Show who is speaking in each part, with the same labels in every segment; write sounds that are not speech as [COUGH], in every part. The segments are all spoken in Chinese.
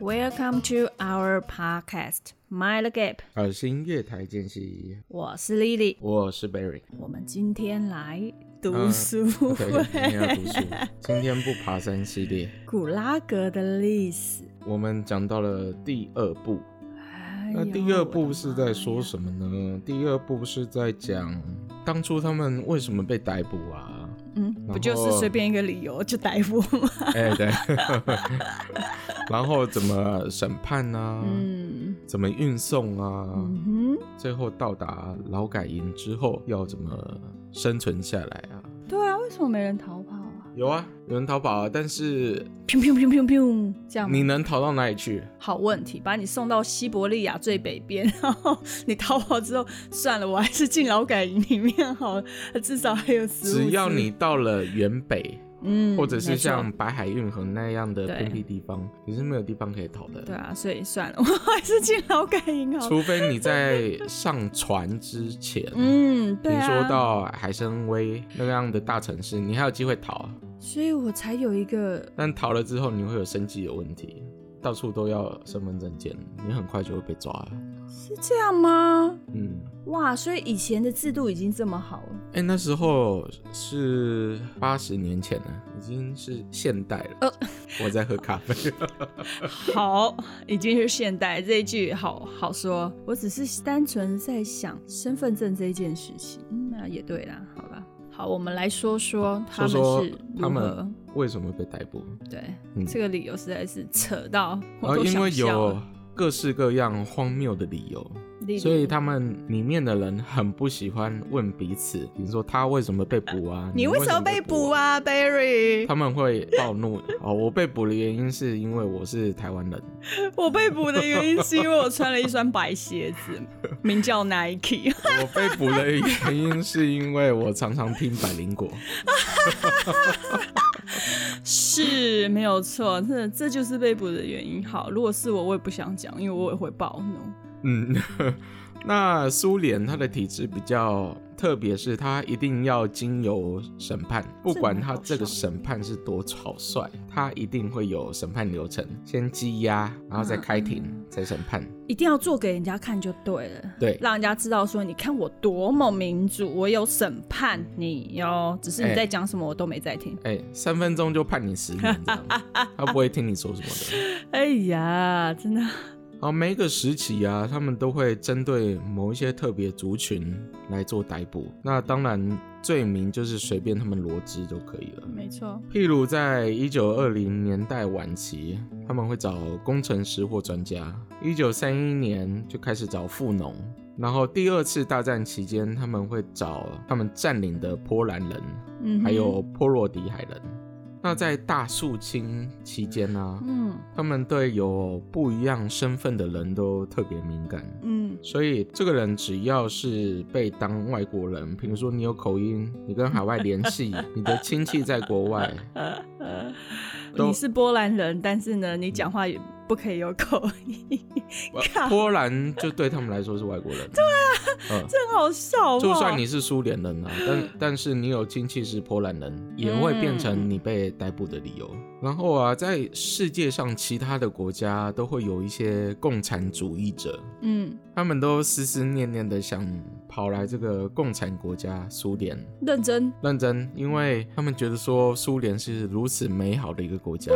Speaker 1: Welcome to our podcast Mind the Gap，
Speaker 2: 好，新月台间隙，
Speaker 1: 我是 Lily，
Speaker 2: 我是 Barry。
Speaker 1: 我们今天来读
Speaker 2: 嗯
Speaker 1: 书
Speaker 2: 对，今天要
Speaker 1: 会， [LAUGHS]
Speaker 2: 读书。今天不爬山系列，
Speaker 1: 啊古拉格的历史。
Speaker 2: 我们讲到了第二部。
Speaker 1: 哎呦
Speaker 2: 那第二
Speaker 1: 我
Speaker 2: 部
Speaker 1: 的
Speaker 2: 是
Speaker 1: 妈
Speaker 2: 在
Speaker 1: 呀
Speaker 2: 说什么呢？第二部是在讲当初他们为什么被逮捕
Speaker 1: [LAUGHS]
Speaker 2: 啊？
Speaker 1: 嗯，不
Speaker 2: 然
Speaker 1: 就是
Speaker 2: 后
Speaker 1: 随便一个理由就逮捕吗？
Speaker 2: 哎、对。 [LAUGHS] 然后怎么审判啊？
Speaker 1: 嗯
Speaker 2: 怎么运送啊？
Speaker 1: 嗯
Speaker 2: 最后到达劳改营之后要怎么生存下来啊？
Speaker 1: 哼，对啊，为什么没人逃跑啊？
Speaker 2: 有啊，有人逃跑啊，但是
Speaker 1: 砰砰砰砰砰，这样吗
Speaker 2: 你能逃到哪里去？
Speaker 1: 好问题，把你送到西伯利亚最北边，然后你逃跑之后，算了，我还是进劳改营里面好了，至少还有食物。
Speaker 2: 只要你，到了原北，
Speaker 1: 嗯，
Speaker 2: 或者是
Speaker 1: 没错
Speaker 2: 像白海运河那样的
Speaker 1: 对
Speaker 2: 偏僻地方，你是没有地方可以逃的。
Speaker 1: 对啊，所以算了，我 [LAUGHS] 还是进劳改营好了。
Speaker 2: 除非你在上船之前，
Speaker 1: 嗯，
Speaker 2: 比
Speaker 1: 对
Speaker 2: 如
Speaker 1: 啊，
Speaker 2: 说到海参崴那样的大城市，你还有机会逃。
Speaker 1: 所以我才有一个
Speaker 2: 但逃了之后，你会有生计的问题，到处都要身份证件，你很快就会被抓了。
Speaker 1: 是这样吗？
Speaker 2: 嗯，
Speaker 1: 哇，所以以前的制度已经这么好了，
Speaker 2: [LAUGHS] 哎、那时候是八十年前了，已经是现代了。
Speaker 1: 哦
Speaker 2: 我在喝咖啡。
Speaker 1: 好，已经是现代这一句好好说。我只是单纯在想身份证这一件事情，嗯那也对啦，好吧。好，我们来说说他
Speaker 2: 说
Speaker 1: 们
Speaker 2: 说
Speaker 1: 是
Speaker 2: 他
Speaker 1: 如何
Speaker 2: 们为什么被逮捕？
Speaker 1: 对、
Speaker 2: 嗯
Speaker 1: 这个理由实在是扯到
Speaker 2: 然
Speaker 1: 我
Speaker 2: 后
Speaker 1: 都
Speaker 2: 因
Speaker 1: 想
Speaker 2: 为
Speaker 1: 笑
Speaker 2: 有
Speaker 1: 了。
Speaker 2: 各式各样荒谬的理由，
Speaker 1: 例如
Speaker 2: 所以他们里面的人很不喜欢问彼此，比如说他为什么被捕啊？
Speaker 1: 你为
Speaker 2: 为
Speaker 1: 什么被捕？啊，Barry？
Speaker 2: 他们会暴怒 [LAUGHS] 哦！我被捕的原因是因为我是台
Speaker 1: [LAUGHS]
Speaker 2: 湾人，
Speaker 1: 我被捕的原因是因为我穿了一双白鞋子，名叫 Nike。 [LAUGHS]
Speaker 2: 我被捕的原因是因为我常常听百灵果。
Speaker 1: 是没有错，这这就是被捕的原因。好，如果是我，我也不想讲，因为我也会暴怒。
Speaker 2: 嗯， [LAUGHS] 那苏联它的体制比较特别，是它一定要经由审判，不管它这个审判是多草率，它一定会有审判流程，先羁押，然后再开庭，再审判。
Speaker 1: 一定要做给人家看就对了，
Speaker 2: 对，
Speaker 1: 让人家知道说，你看我多么民主，我有审判你哟。只是你
Speaker 2: 哎
Speaker 1: 在讲什么，我都没在听。
Speaker 2: 哎、三分钟就判你十年，这样，他不会听你说什么的。
Speaker 1: 哎呀，真的，
Speaker 2: 然后每一个时期啊，他们都会针对某一些特别族群来做逮捕。那当然，罪名就是随便他们罗织就可以了。
Speaker 1: 没错，
Speaker 2: 譬如在一九二零年代晚期，他们会找工程师或专家；一九三一年就开始找富农，然后第二次大战期间，他们会找他们占领的波兰人，
Speaker 1: 嗯哼
Speaker 2: 还有波罗的海人。那在大肃清期间呢、
Speaker 1: 嗯
Speaker 2: 他们对有不一样身份的人都特别敏感。
Speaker 1: 嗯
Speaker 2: 所以这个人只要是被当外国人，比如说你有口音，你跟海外联
Speaker 1: [LAUGHS]
Speaker 2: 系，你的亲戚在国外，
Speaker 1: 呃呃，
Speaker 2: 都
Speaker 1: 你是波兰人，但是呢，你讲话也不可以有口音， [LAUGHS]
Speaker 2: 呃波兰就对他们来说是外国人。对啊，嗯、
Speaker 1: 真好笑哦好不
Speaker 2: 就
Speaker 1: 好
Speaker 2: 算你是苏联人啊，但但是你有亲戚是波兰人，也会变成你被逮捕的理由。然后啊，在世界上其他的国家都会有一些共产主义者，
Speaker 1: 嗯，
Speaker 2: 他们都思思念念的想跑来这个共产国家苏联。
Speaker 1: 认真
Speaker 2: 认真，因为他们觉得说苏联是如此美好的一个国 [LAUGHS] 家，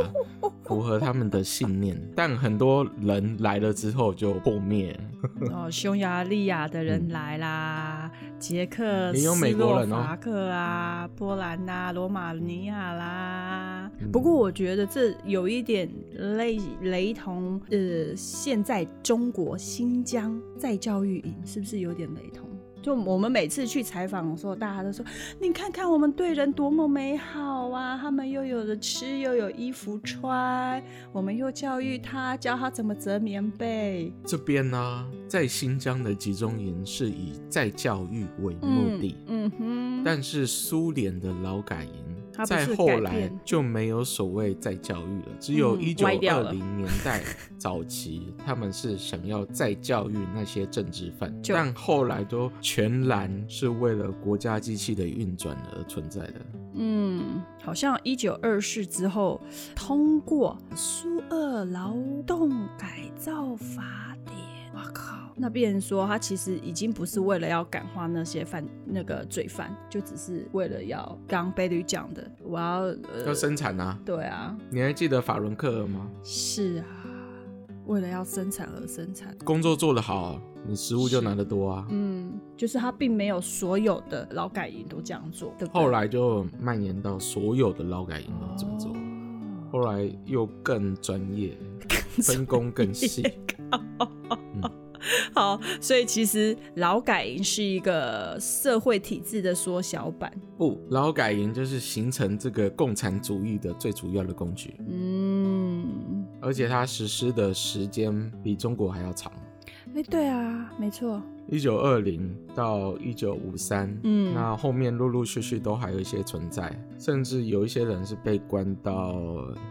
Speaker 2: 符合他们的信念。但很多人来了之后就破灭了。
Speaker 1: 哦，匈牙利亚的人来啦，捷克、
Speaker 2: 嗯也有
Speaker 1: 斯
Speaker 2: 美国
Speaker 1: 洛
Speaker 2: 人哦
Speaker 1: 伐克啊、波兰呐、罗马尼亚啦。
Speaker 2: 嗯
Speaker 1: 不过我觉得这有一点类雷同，呃，现在中国新疆再教育营是不是有点雷同？就我们每次去采访的时候，大家都说：“你看看我们对人多么美好啊！他们又有的吃，又有衣服穿，我们又教育他，教他怎么折棉被。
Speaker 2: 这边呢、在新疆的集中营是以再教育为
Speaker 1: 嗯”
Speaker 2: 目的，
Speaker 1: 嗯哼。
Speaker 2: 但是苏联的劳改营
Speaker 1: 它不
Speaker 2: 在
Speaker 1: 是
Speaker 2: 后
Speaker 1: 改
Speaker 2: 来
Speaker 1: 变，
Speaker 2: 就没有所谓再教育了，只有一
Speaker 1: 嗯
Speaker 2: 九
Speaker 3: 歪掉了
Speaker 2: 二零年代早期，他们是想要再教育那些政治犯，
Speaker 1: [LAUGHS] 就
Speaker 2: 但后来都全然是为了国家机器的运转而存在的。
Speaker 1: 嗯，好像一九二四之后通过苏俄劳动改造法典，我靠，那变成说他其实已经不是为了要感化那些犯那个罪犯，就只是为了要刚刚贝吕讲的，我要呃，
Speaker 2: 要生产啊！
Speaker 1: 对啊，
Speaker 2: 你还记得法伦克尔吗？
Speaker 1: 是啊，为了要生产而生产。
Speaker 2: 工作做得好，你食物就拿得多啊。
Speaker 1: 嗯，就是他并没有所有的劳改营都这样做，对不对？
Speaker 2: 后来就蔓延到所有的劳改营都这么做，后来又更专业，分工更细。 [LAUGHS]
Speaker 1: 好，所以其实劳改营是一个社会体制的缩小版。
Speaker 2: 不，劳改营就是形成这个共产主义的最主要的工具，
Speaker 1: 嗯，
Speaker 2: 而且它实施的时间比中国还要长，
Speaker 1: 哎、对啊，没错，
Speaker 2: 一九二零到一九五三，
Speaker 1: 嗯
Speaker 2: 那后面陆陆续续都还有一些存在，甚至有一些人是被关到，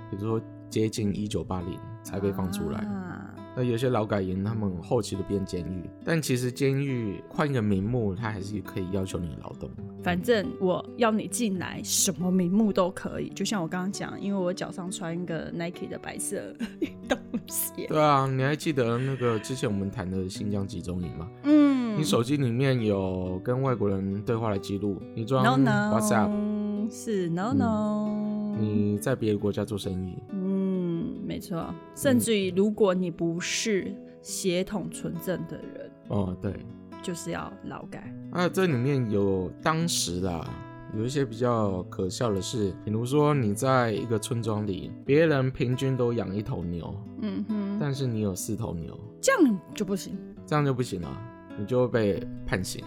Speaker 2: 比如说接近一九八零才被放出来。
Speaker 1: 啊
Speaker 2: 那有些劳改营，他们后期都变监狱，但其实监狱换一个名目，它还是可以要求你劳动。
Speaker 1: 反正我要你进来，什么名目都可以。就像我刚刚讲，因为我脚上穿一个 Nike 的白色运动鞋。
Speaker 2: 对啊，你还记得那个之前我们谈的新疆集中营吗？
Speaker 1: 嗯
Speaker 2: 你手机里面有跟外国人对话的记录，你装
Speaker 1: no no
Speaker 2: WhatsApp，嗯
Speaker 1: 是 no no。
Speaker 2: 你在别的国家做生意，
Speaker 1: 嗯，没错。甚至于，如果你不是血统纯正的人，
Speaker 2: 哦，对，
Speaker 1: 就是要劳改。
Speaker 2: 啊，这里面有当时啦，有一些比较可笑的事，比如说你在一个村庄里，别人平均都养一头牛，
Speaker 1: 嗯哼，
Speaker 2: 但是你有四头牛，
Speaker 1: 这样就不
Speaker 2: [LAUGHS]
Speaker 1: 行。
Speaker 2: 这样就不行了，你就会被判刑。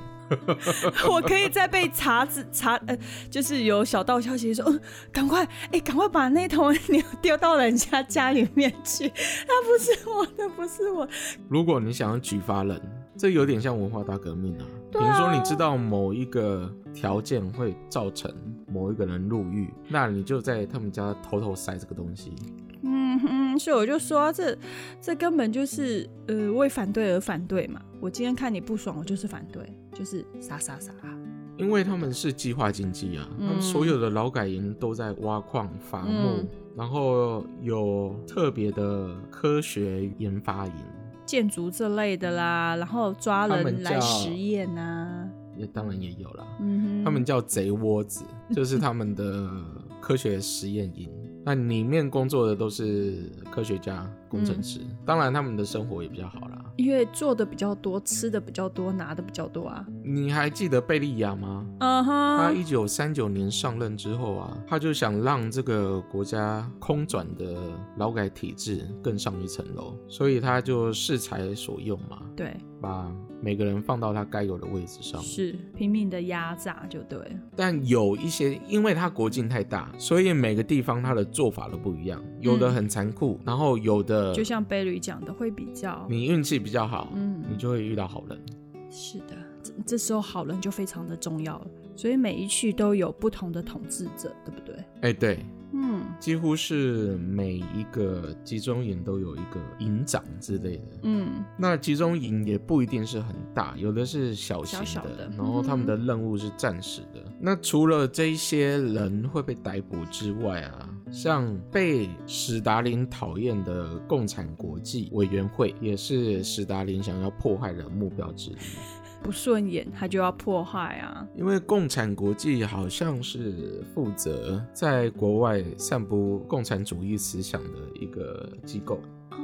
Speaker 1: 我可以再被查子查，呃，就是有小道消息说，嗯，赶快，哎、赶快把那头牛丢到人家家里面去， [LAUGHS] 它不是我的，不是我的。
Speaker 2: 如果你想要举发人，这有点像文化大革命啊。比
Speaker 1: 对
Speaker 2: 如
Speaker 1: 啊
Speaker 2: 说，你知道某一个条件会造成某一个人入狱，那你就在他们家偷偷塞这个东西。
Speaker 1: 嗯哼，所以我就说、这这根本就是呃为反对而反对嘛。我今天看你不爽，我就是反对，就是杀杀杀。
Speaker 2: 因为他们是计划经济啊，
Speaker 1: 嗯
Speaker 2: 他们所有的劳改营都在挖矿、伐木，
Speaker 1: 嗯
Speaker 2: 然后有特别的科学研发营，
Speaker 1: 建筑这类的啦，然后抓
Speaker 2: 他们
Speaker 1: 人
Speaker 2: 叫
Speaker 1: 来实验啊，
Speaker 2: 也当然也有啦。
Speaker 1: 嗯哼，
Speaker 2: 他们叫贼窝子，就是他们的科学实验营。那里面工作的都是科学家、工程师，当然他们的生活也比较好啦。
Speaker 1: 因为做的比较多，吃的比较多，拿的比较多啊，
Speaker 2: 你还记得贝利亚吗？
Speaker 1: 嗯
Speaker 2: 他
Speaker 1: 哼，
Speaker 2: 一九三九年上任之后啊，他就想让这个国家空转的劳改体制更上一层楼，所以他就适才所用嘛，
Speaker 1: 对，
Speaker 2: 把每个人放到他该有的位置上。
Speaker 1: 是拼命的压榨就对了，
Speaker 2: 但有一些，因为它国境太大，所以每个地方它的做法都不一样，有的很残酷，然后有的
Speaker 1: 嗯就像贝吕讲的，会比较，
Speaker 2: 你运气比较好，
Speaker 1: 嗯
Speaker 2: 你就会遇到好人。
Speaker 1: 是的，这这时候好人就非常的重要了，所以每一区都有不同的统治者，对不对？
Speaker 2: 哎、对，
Speaker 1: 嗯
Speaker 2: 几乎是每一个集中营都有一个营长之类的。
Speaker 1: 嗯，
Speaker 2: 那集中营也不一定是很大，有的是小型的，
Speaker 1: 小小的嗯
Speaker 2: 然后他们的任务是暂时的。那除了这一些人会被逮捕之外啊，像被史达林讨厌的共产国际委员会，也是史达林想要破坏的目标之一。
Speaker 1: 不顺眼他就要迫害啊，
Speaker 2: 因为共产国际好像是负责在国外散布共产主义思想的一个机构，
Speaker 1: 啊，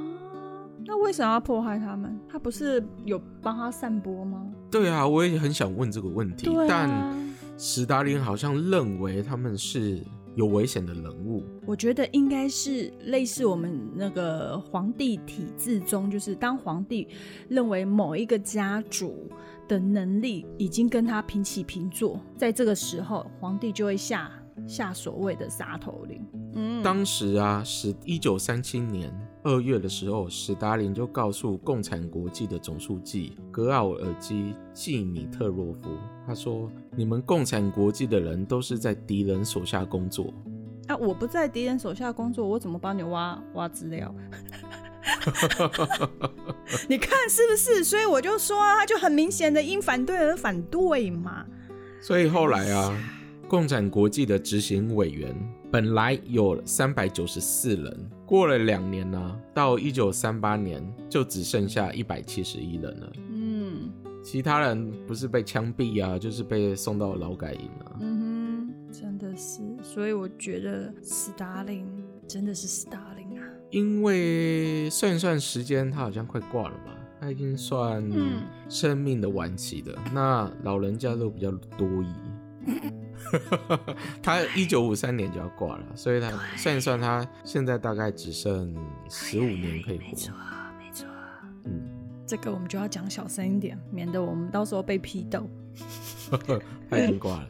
Speaker 1: 那为什么要迫害他们？他不是有帮他散播吗？
Speaker 2: 对啊，我也很想问这个问题，
Speaker 1: 对啊
Speaker 2: 但史达林好像认为他们是有危险的人物，
Speaker 1: 我觉得应该是类似我们那个皇帝体制中，就是当皇帝认为某一个家族的能力已经跟他平起平坐，在这个时候，皇帝就会下下所谓的杀头令。嗯，
Speaker 2: 当时啊，史一九三七年。二月的时候，史达林就告诉共产国际的总书记格奥尔基·季米特洛夫，他说：“你们共产国际的人都是在敌人手下工作。
Speaker 1: 啊，我不在敌人手下工作，我怎么帮你挖挖资料？ [LAUGHS] 你看是不是？所以我就说、啊，他就很明显的因反对而反对嘛。”
Speaker 2: 所以后来啊，共产国际的执行委员本来有三百九十四人，过了两年呢、到一九三八年就只剩下一百七十一人了。
Speaker 1: 嗯
Speaker 2: 其他人不是被枪毙啊，就是被送到劳改营啊。
Speaker 1: 嗯哼，真的是。所以我觉得斯大林真的是斯大林啊。
Speaker 2: 因为算一算时间，他好像快挂了吧？他已经算
Speaker 1: 嗯
Speaker 2: 生命的晚期的。那老人家都比较多疑， [LAUGHS] 他一九五三年就要挂了，所以他算一算，他现在大概只剩十五年可以
Speaker 1: 哎没错
Speaker 2: 活。
Speaker 1: 没错，
Speaker 2: 嗯， [LAUGHS]
Speaker 1: 这个我们就要讲小声一点，免得我们到时候被批斗。
Speaker 2: 他已经挂了。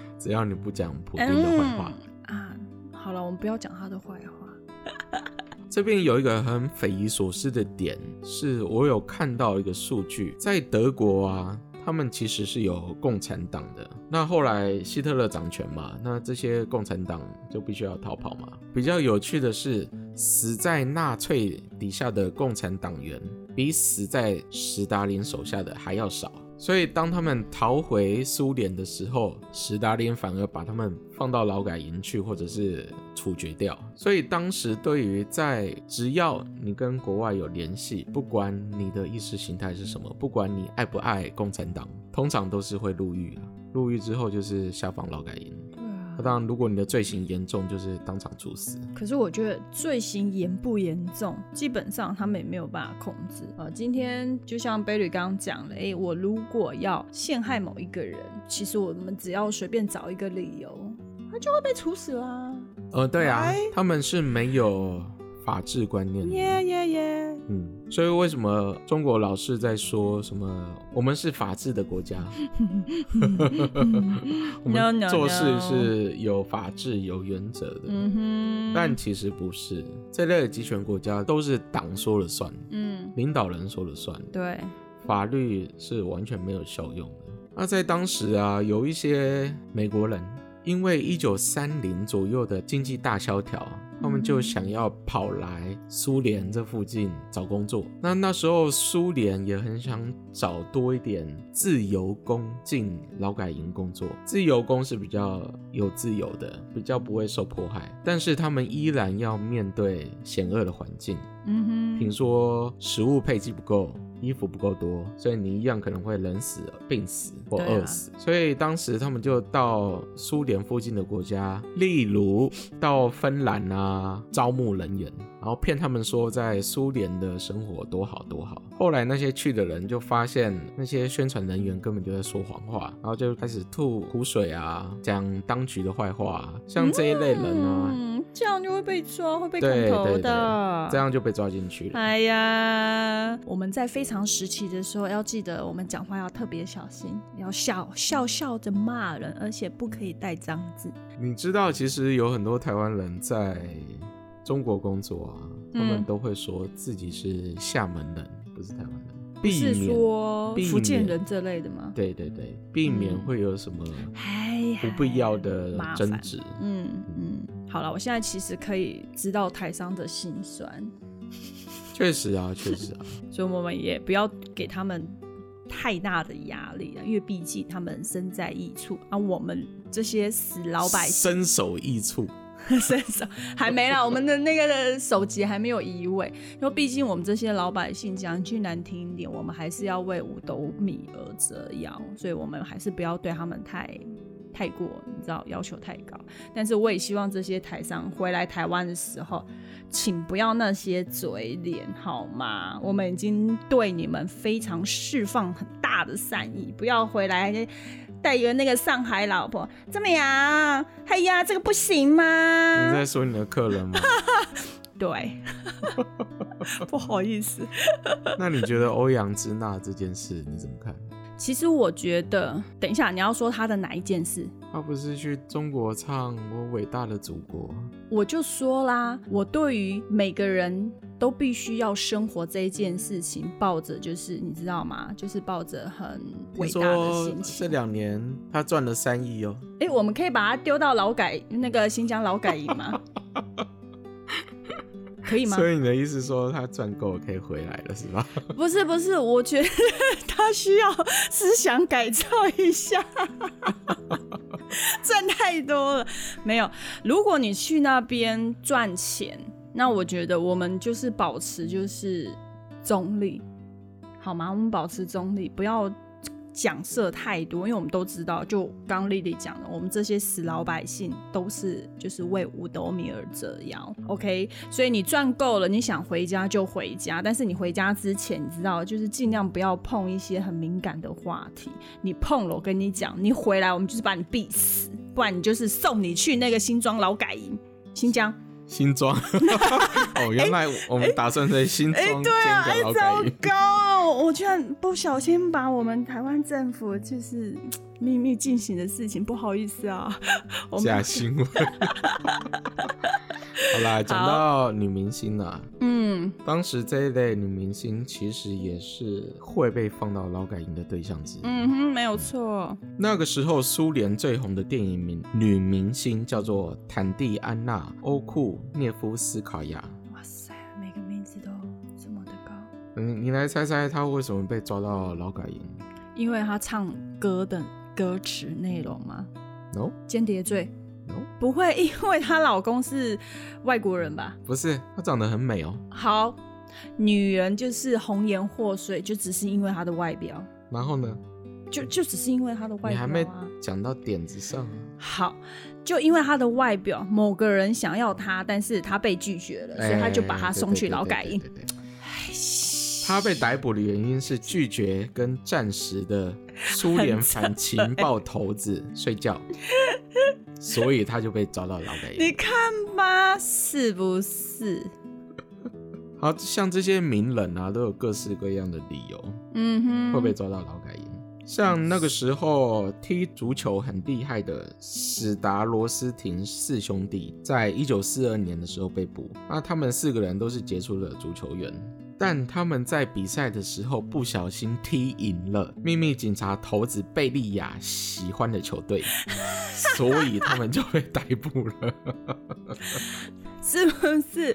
Speaker 2: [LAUGHS] 只要你不讲普丁的坏话。
Speaker 1: 嗯啊，好了，我们不要讲他的坏话。
Speaker 2: 这边有一个很匪夷所思的点，是我有看到一个数据，在德国啊，他们其实是有共产党的。那后来希特勒掌权嘛，那这些共产党就必须要逃跑嘛。比较有趣的是，死在纳粹底下的共产党员，比死在史达林手下的还要少。所以，当他们逃回苏联的时候，史达林反而把他们放到劳改营去，或者是处决掉。所以，当时对于在只要你跟国外有联系，不管你的意识形态是
Speaker 1: 嗯
Speaker 2: 什么，不管你爱不爱共产党，通常都是会入狱啊。入狱之后就是下放劳改营。
Speaker 1: 对啊
Speaker 2: 那当然，如果你的罪行严重，就是当场处死。
Speaker 1: 可是我觉得罪行严不严重，基本上他们也没有办法控制啊、呃今天就像贝吕刚刚讲了，诶，我如果要陷害某一个人，其实我们只要随便找一个理由，他就会被处死啦。
Speaker 2: 呃，对啊
Speaker 1: 哎，
Speaker 2: 他们是没有法治观念的。
Speaker 1: 耶耶耶！
Speaker 2: 嗯，所以为什么中国老是在说什么我们是法治的国家，我
Speaker 1: No,
Speaker 2: 们
Speaker 1: no,
Speaker 2: 做事
Speaker 1: no
Speaker 2: 是有法治、有原则的？
Speaker 1: 嗯哼，
Speaker 2: 但其实不是，这类的集权国家都是党说了算，
Speaker 1: 嗯，
Speaker 2: 领导人说了算，
Speaker 1: 对，
Speaker 2: 法律是完全没有效用的。那在当时啊，有一些美国人因为一九三零左右的经济大萧条，他们就想要跑来苏联这附近找工作。那那时候苏联也很想找多一点自由工进劳改营工作，自由工是比较有自由的，比较不会受迫害，但是他们依然要面对险恶的环境。
Speaker 1: 嗯
Speaker 2: 听说食物配给不够，衣服不够多，所以你一样可能会冷死、病死或
Speaker 1: 对啊
Speaker 2: 饿死。所以当时他们就到苏联附近的国家，例如到芬兰啊，招募人员，然后骗他们说在苏联的生活多好多好。后来那些去的人就发现，那些宣传人员根本就在说谎话，然后就开始吐苦水啊，讲当局的坏话、啊，像这一类人啊。
Speaker 1: 嗯，这样就会被抓，会被
Speaker 2: 对
Speaker 1: 砍头
Speaker 2: 对对，
Speaker 1: 的。
Speaker 2: 这样就被抓进去了。
Speaker 1: 哎呀，我们在非常时期的时候，要记得我们讲话要特别小心，要笑笑笑着骂人，而且不可以带脏字。
Speaker 2: 你知道，其实有很多台湾人在中国工作啊，他
Speaker 1: 嗯
Speaker 2: 们都会说自己是厦门人，不是台湾人，
Speaker 1: 不
Speaker 2: 避
Speaker 1: 是
Speaker 2: 免
Speaker 1: 说
Speaker 2: 避免
Speaker 1: 福建人这类的吗？
Speaker 2: 对对对，避免
Speaker 1: 嗯
Speaker 2: 会有什么
Speaker 1: 哎，
Speaker 2: 不必要的
Speaker 1: [LAUGHS] 麻
Speaker 2: 争
Speaker 1: 烦。
Speaker 2: 执。
Speaker 1: 嗯嗯，好了，我现在其实可以知道台商的辛酸，
Speaker 2: 确实啊，确实啊，
Speaker 1: 所以我们也不要给他们太大的压力了，因为毕竟他们身在异处啊，我们这些死 [LAUGHS] 老百姓。
Speaker 2: 身首异处。
Speaker 1: 身上还没啦，我们的那个首级还没有移位，因为毕竟我们这些老百姓讲句难听一点，我们还是要为五斗米而折腰，所以我们还是不要对他们太太过，你知道要求太高。但是我也希望这些台商回来台湾的时候，请不要那些嘴脸好吗？我们已经对你们非常释放很大的善意，不要回来带一个那个上海老婆怎么样？哎呀，这个不行
Speaker 2: 你
Speaker 1: 吗？
Speaker 2: 在说你的客人吗？ [LAUGHS]
Speaker 1: 对，不好意思。
Speaker 2: 那你觉得欧阳之娜这件事你怎么看？
Speaker 1: 其实我觉得，等一下你要说他的哪一件事，
Speaker 2: 他不是去中国唱《我伟大的祖国》？
Speaker 1: 我就说啦，我对于每个人都必须要生活这一件事情，抱着就是你知道吗？就是抱着很伟
Speaker 2: 听
Speaker 1: 大的
Speaker 2: 说
Speaker 1: 心
Speaker 2: 这
Speaker 1: 情。
Speaker 2: 两年他赚了三亿哦，
Speaker 1: 哎、我们可以把它丢到劳改那个新疆劳改营
Speaker 2: [LAUGHS]
Speaker 1: 吗？可以吗？
Speaker 2: 所以你的意思说他赚够可以回来了是吧？
Speaker 1: [LAUGHS] 不是不是，我觉得他需要思想改造一下， [LAUGHS] 赚太多了。没有，如果你去那边赚钱，那我觉得我们就是保持就是中立，好吗？我们保持中立，不要讲设太多，因为我们都知道，就刚丽丽讲的，我们这些死老百姓都是就是为五斗米而折腰。OK，所以你赚够了，你想回家就回家，但是你回家之前，你知道，就是尽量不要碰一些很敏感的话题。你碰了，我跟你讲，你回来我们就是把你逼死，不然你就是送你去那个新庄劳改营，新疆。
Speaker 2: [LAUGHS]
Speaker 1: [LAUGHS]
Speaker 2: 新庄哦，原来我们打算在新
Speaker 1: 哎、
Speaker 2: 庄建
Speaker 1: 对啊，
Speaker 2: 一
Speaker 1: 哎、
Speaker 2: 个劳改
Speaker 1: 糟
Speaker 2: 营。
Speaker 1: 糕 [LAUGHS] 哦！我居然不小心把我们台湾政府就是嘖秘密进行的事情，不好意思啊，我
Speaker 2: 假
Speaker 1: 们 [LAUGHS]
Speaker 2: 新闻。好啦，讲到女明星啊，
Speaker 1: 嗯，
Speaker 2: 当时这一类女明星其实也是会被放到劳改营的对象之一。
Speaker 1: 嗯哼，没有错，
Speaker 2: 那个时候，苏联最红的电影明女明星叫做坦蒂安娜·欧库涅夫斯卡娅。
Speaker 1: 哇塞，每个名字都这么的高，
Speaker 2: 嗯，你来猜猜她为什么被抓到劳改营
Speaker 1: 因为他唱歌的歌词内容吗？
Speaker 2: ？No
Speaker 1: 间谍罪
Speaker 2: No，
Speaker 1: 不会，因为她老公是外国人吧？
Speaker 2: 不是，她长得很美哦，
Speaker 1: 好，女人就是红颜祸水，就只是因为她的外表，
Speaker 2: 然后呢，
Speaker 1: 就就只是因为她的外
Speaker 2: 你
Speaker 1: 表、啊、
Speaker 2: 还没讲到点子上啊。
Speaker 1: 好，就因为他的外表，某个人想要他，但是他被拒绝了，所以他就把他
Speaker 2: 哎
Speaker 1: 送去劳改。营
Speaker 2: 对。对对对对对对他被逮捕的原因是拒绝跟战时的苏联反情报头子睡
Speaker 1: [LAUGHS]
Speaker 2: 觉，所以他就被抓到劳改
Speaker 1: [LAUGHS] 你
Speaker 2: 营。
Speaker 1: 看吧，是不是？
Speaker 2: 好像这些名人啊，都有各式各样的理由
Speaker 1: 嗯哼，
Speaker 2: 会被抓到劳改营。像那个时候踢足球很厉害的史达罗斯廷四兄弟，在一九四二年的时候被捕。那他们四个人都是杰出的足球员，但他们在比赛的时候不小心踢赢了秘密警察头子贝利亚喜欢的球队，所以他们就被逮捕了。
Speaker 1: 是不是？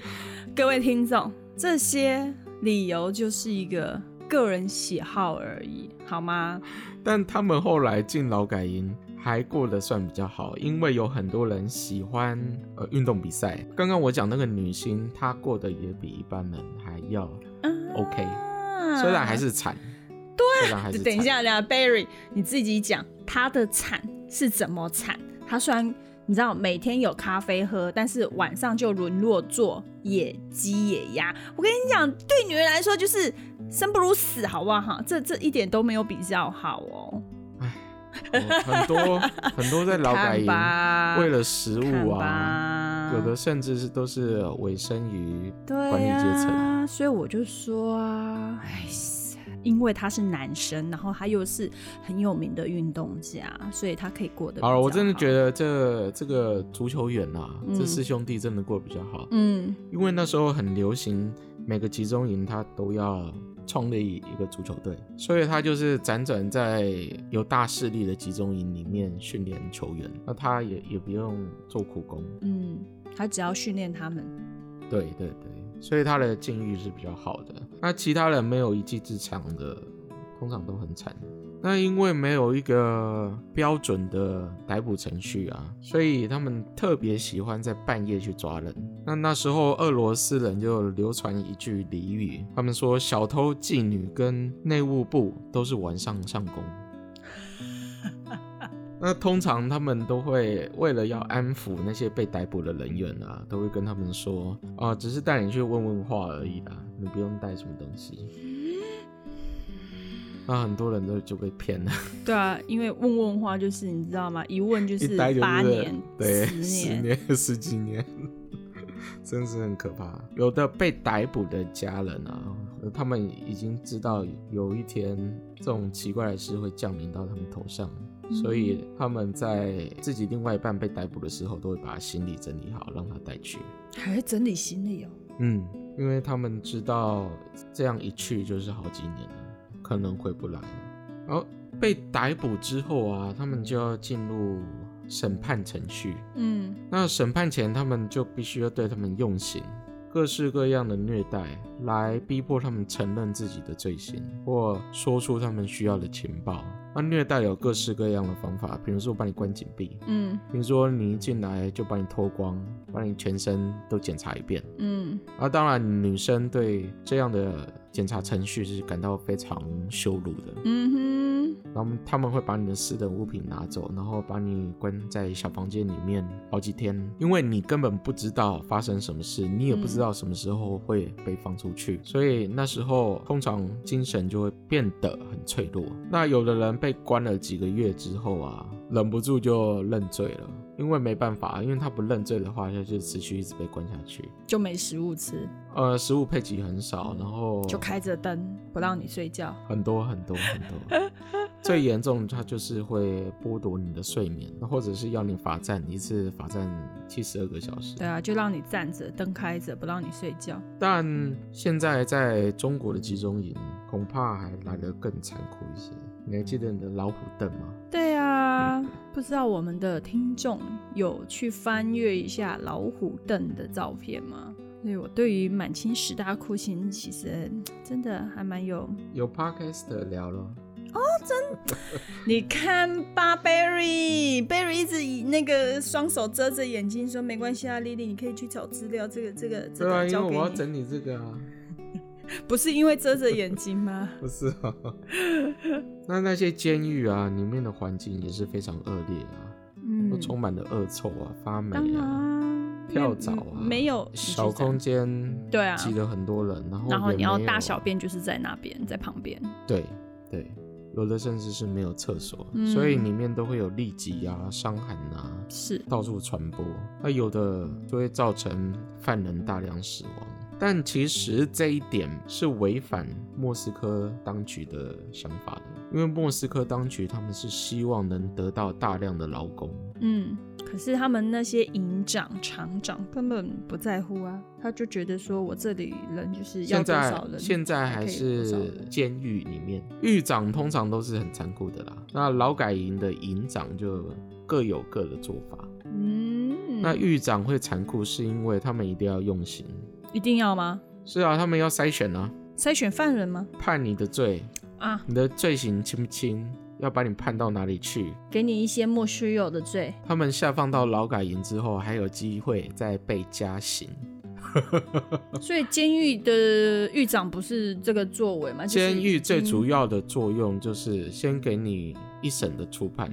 Speaker 1: 各位听众，这些理由就是一个个人喜好而已，好吗？
Speaker 2: 但他们后来进劳改营还过得算比较好，因为有很多人喜欢呃运动比赛。刚刚我讲那个女星，她过得也比一般人还要，OK
Speaker 1: 啊
Speaker 2: 虽然还是惨，对，虽然还是
Speaker 1: 等一
Speaker 2: 惨，
Speaker 1: 下，等一下，Barry，你自己讲他的惨是怎么惨？他虽然你知道每天有咖啡喝，但是晚上就沦落做野鸡野鸭。我跟你讲，对女人来说就是生不如死，好不好？这这一点都没有比较好哦。
Speaker 2: 哦很多很多在劳改
Speaker 1: 看
Speaker 2: 营
Speaker 1: 吧
Speaker 2: 为了食
Speaker 1: 看
Speaker 2: 物啊，
Speaker 1: 吧，
Speaker 2: 有的甚至是都是委身于
Speaker 1: 对
Speaker 2: 管理阶层。
Speaker 1: 啊，所以我就说啊，哎呀，因为他是男生，然后他又是很有名的运动家，所以他可以过得比较
Speaker 2: 好
Speaker 1: 好
Speaker 2: 了，我真的觉，得这这个足球员啊，
Speaker 1: 嗯
Speaker 2: 这四兄弟真的过得比较好。
Speaker 1: 嗯，
Speaker 2: 因为那时候很流行，每个集中营他都要创立一个足球队，所以他就是辗转在有大势力的集中营里面训练球员。那他也也不用做苦工，
Speaker 1: 嗯，他只要训练他们。
Speaker 2: 对对对，所以他的境遇是比较好的。那其他人没有一技之长的，通常都很惨。那因为没有一个标准的逮捕程序啊，所以他们特别喜欢在半夜去抓人。那那时候俄罗斯人就流传一句俚语，他们说小偷、妓女跟内务部都是晚上上工。那通常他们都会为了要安抚那些被逮捕的人员啊，都会跟他们说啊、只是带你去问问话而已啦，你不用带什么东西。那很多人都就被骗了，
Speaker 1: 对啊，因为问问话就是你知道吗？一问就
Speaker 2: 一
Speaker 1: 是
Speaker 2: 待就是
Speaker 1: 八年、
Speaker 2: [LAUGHS] 对，
Speaker 1: 十
Speaker 2: 十
Speaker 1: 年。
Speaker 2: 年、十几年，真是很可怕。有的被逮捕的家人啊，呃他们已经知道有一天这种奇怪的事会降临到他们头上，所以
Speaker 1: 嗯
Speaker 2: 他们在自己另外一半被逮捕的时候，都会把行李整理好，让他带去。
Speaker 1: 还整理行李哦。
Speaker 2: 嗯，因为他们知道这样一去就是好几年了，可能回不来了。然后被逮捕之后啊，他们就要进入审判程序。
Speaker 1: 嗯，
Speaker 2: 那审判前，他们就必须要对他们用刑，各式各样的虐待，来逼迫他们承认自己的罪行，或说出他们需要的情报。那虐待有各式各样的方法，比如说把你关紧闭，
Speaker 1: 嗯
Speaker 2: 比如说你一进来就把你脱光，把你全身都检查一遍。
Speaker 1: 嗯，
Speaker 2: 啊，当然，女生对这样的检查程序是感到非常羞辱的。
Speaker 1: 嗯
Speaker 2: 然后他们会把你的私人物品拿走，然后把你关在小房间里面好几天，因为你根本不知道发生什么事，你也不知道什么时候会被放出去，所以那时候通常精神就会变得很脆弱。那有的人被关了几个月之后啊，忍不住就认罪了。因为没办法，因为他不认罪的话，他就持续一直被关下去。
Speaker 1: 哼，就没食物吃，
Speaker 2: 呃，食物配给很少，然后
Speaker 1: 就开着灯不让你睡觉。
Speaker 2: 很多很多很多。 [LAUGHS] 最严重，它就是会剥夺你的睡眠，或者是要你罚站一次，罚站七十二个小时。
Speaker 1: 对啊，就让你站着，灯开着，不让你睡觉。
Speaker 2: 但现在在中国的集中营，恐怕还来得更残酷一些。你还记得你的老虎凳吗？
Speaker 1: 对啊，不知道我们的听众有去翻阅一下老虎凳的照片吗？所以我对于满清十大酷刑其实嗯真的还蛮有。
Speaker 2: 有 podcast 聊了，
Speaker 1: 你看吧，Berry，Berry 一直以那个双手遮着眼睛说没关系啊，丽丽，你可以去找资料，这个这个这
Speaker 2: 对
Speaker 1: 个
Speaker 2: 啊，因为
Speaker 1: 交
Speaker 2: 我
Speaker 1: 给
Speaker 2: 要
Speaker 1: 你。
Speaker 2: 整理这个啊，
Speaker 1: 不是因为遮着眼睛
Speaker 2: [LAUGHS]
Speaker 1: 吗？
Speaker 2: 不是
Speaker 1: [LAUGHS]
Speaker 2: 啊。那那些监狱啊，里面的环境也是非常恶劣啊，都
Speaker 1: 嗯，
Speaker 2: 充满了恶臭啊、发霉
Speaker 1: 当
Speaker 2: 啊。
Speaker 1: 然，嗯
Speaker 2: 跳蚤啊，
Speaker 1: 没有
Speaker 2: 小空，间，
Speaker 1: 对啊
Speaker 2: 挤了很多人，然后
Speaker 1: 然后
Speaker 2: 也
Speaker 1: 你要
Speaker 2: 没有
Speaker 1: 大小，便就是在那边，在旁边。
Speaker 2: 对对，有的甚至是没有厕所，
Speaker 1: 嗯
Speaker 2: 所以里面都会有痢疾啊、伤寒啊，
Speaker 1: 是，
Speaker 2: 到处传播。那有的就会造成犯人大量死亡。但其实这一点是违反莫斯科当局的想法的，因为莫斯科当局他们是希望能得到大量的劳工，
Speaker 1: 嗯，可是他们那些营长、厂长根本不在乎啊，他就觉得说我这里人就是要
Speaker 2: 现
Speaker 1: 多
Speaker 2: 在
Speaker 1: 少人，
Speaker 2: 现在还
Speaker 1: 可以有多少
Speaker 2: 是
Speaker 1: 人
Speaker 2: 监狱里面，狱长通常都是很残酷的啦。那劳改营的营长就各有各的做法。
Speaker 1: 嗯，
Speaker 2: 那狱长会残酷，是因为他们一定要用刑。
Speaker 1: 一定要吗？
Speaker 2: 是啊，他们要筛选啊，
Speaker 1: 筛选犯人吗？
Speaker 2: 判你的罪，
Speaker 1: 啊，
Speaker 2: 你的罪行轻不轻，要把你判到哪里去。
Speaker 1: 给你一些莫须有的罪，
Speaker 2: 他们下放到劳改营之后，还有机会再被加刑。呃
Speaker 1: 所以监狱的狱长不是这个作为吗？就是
Speaker 2: 监狱最
Speaker 1: 已经
Speaker 2: 主要的作用就是先给你一审的初判。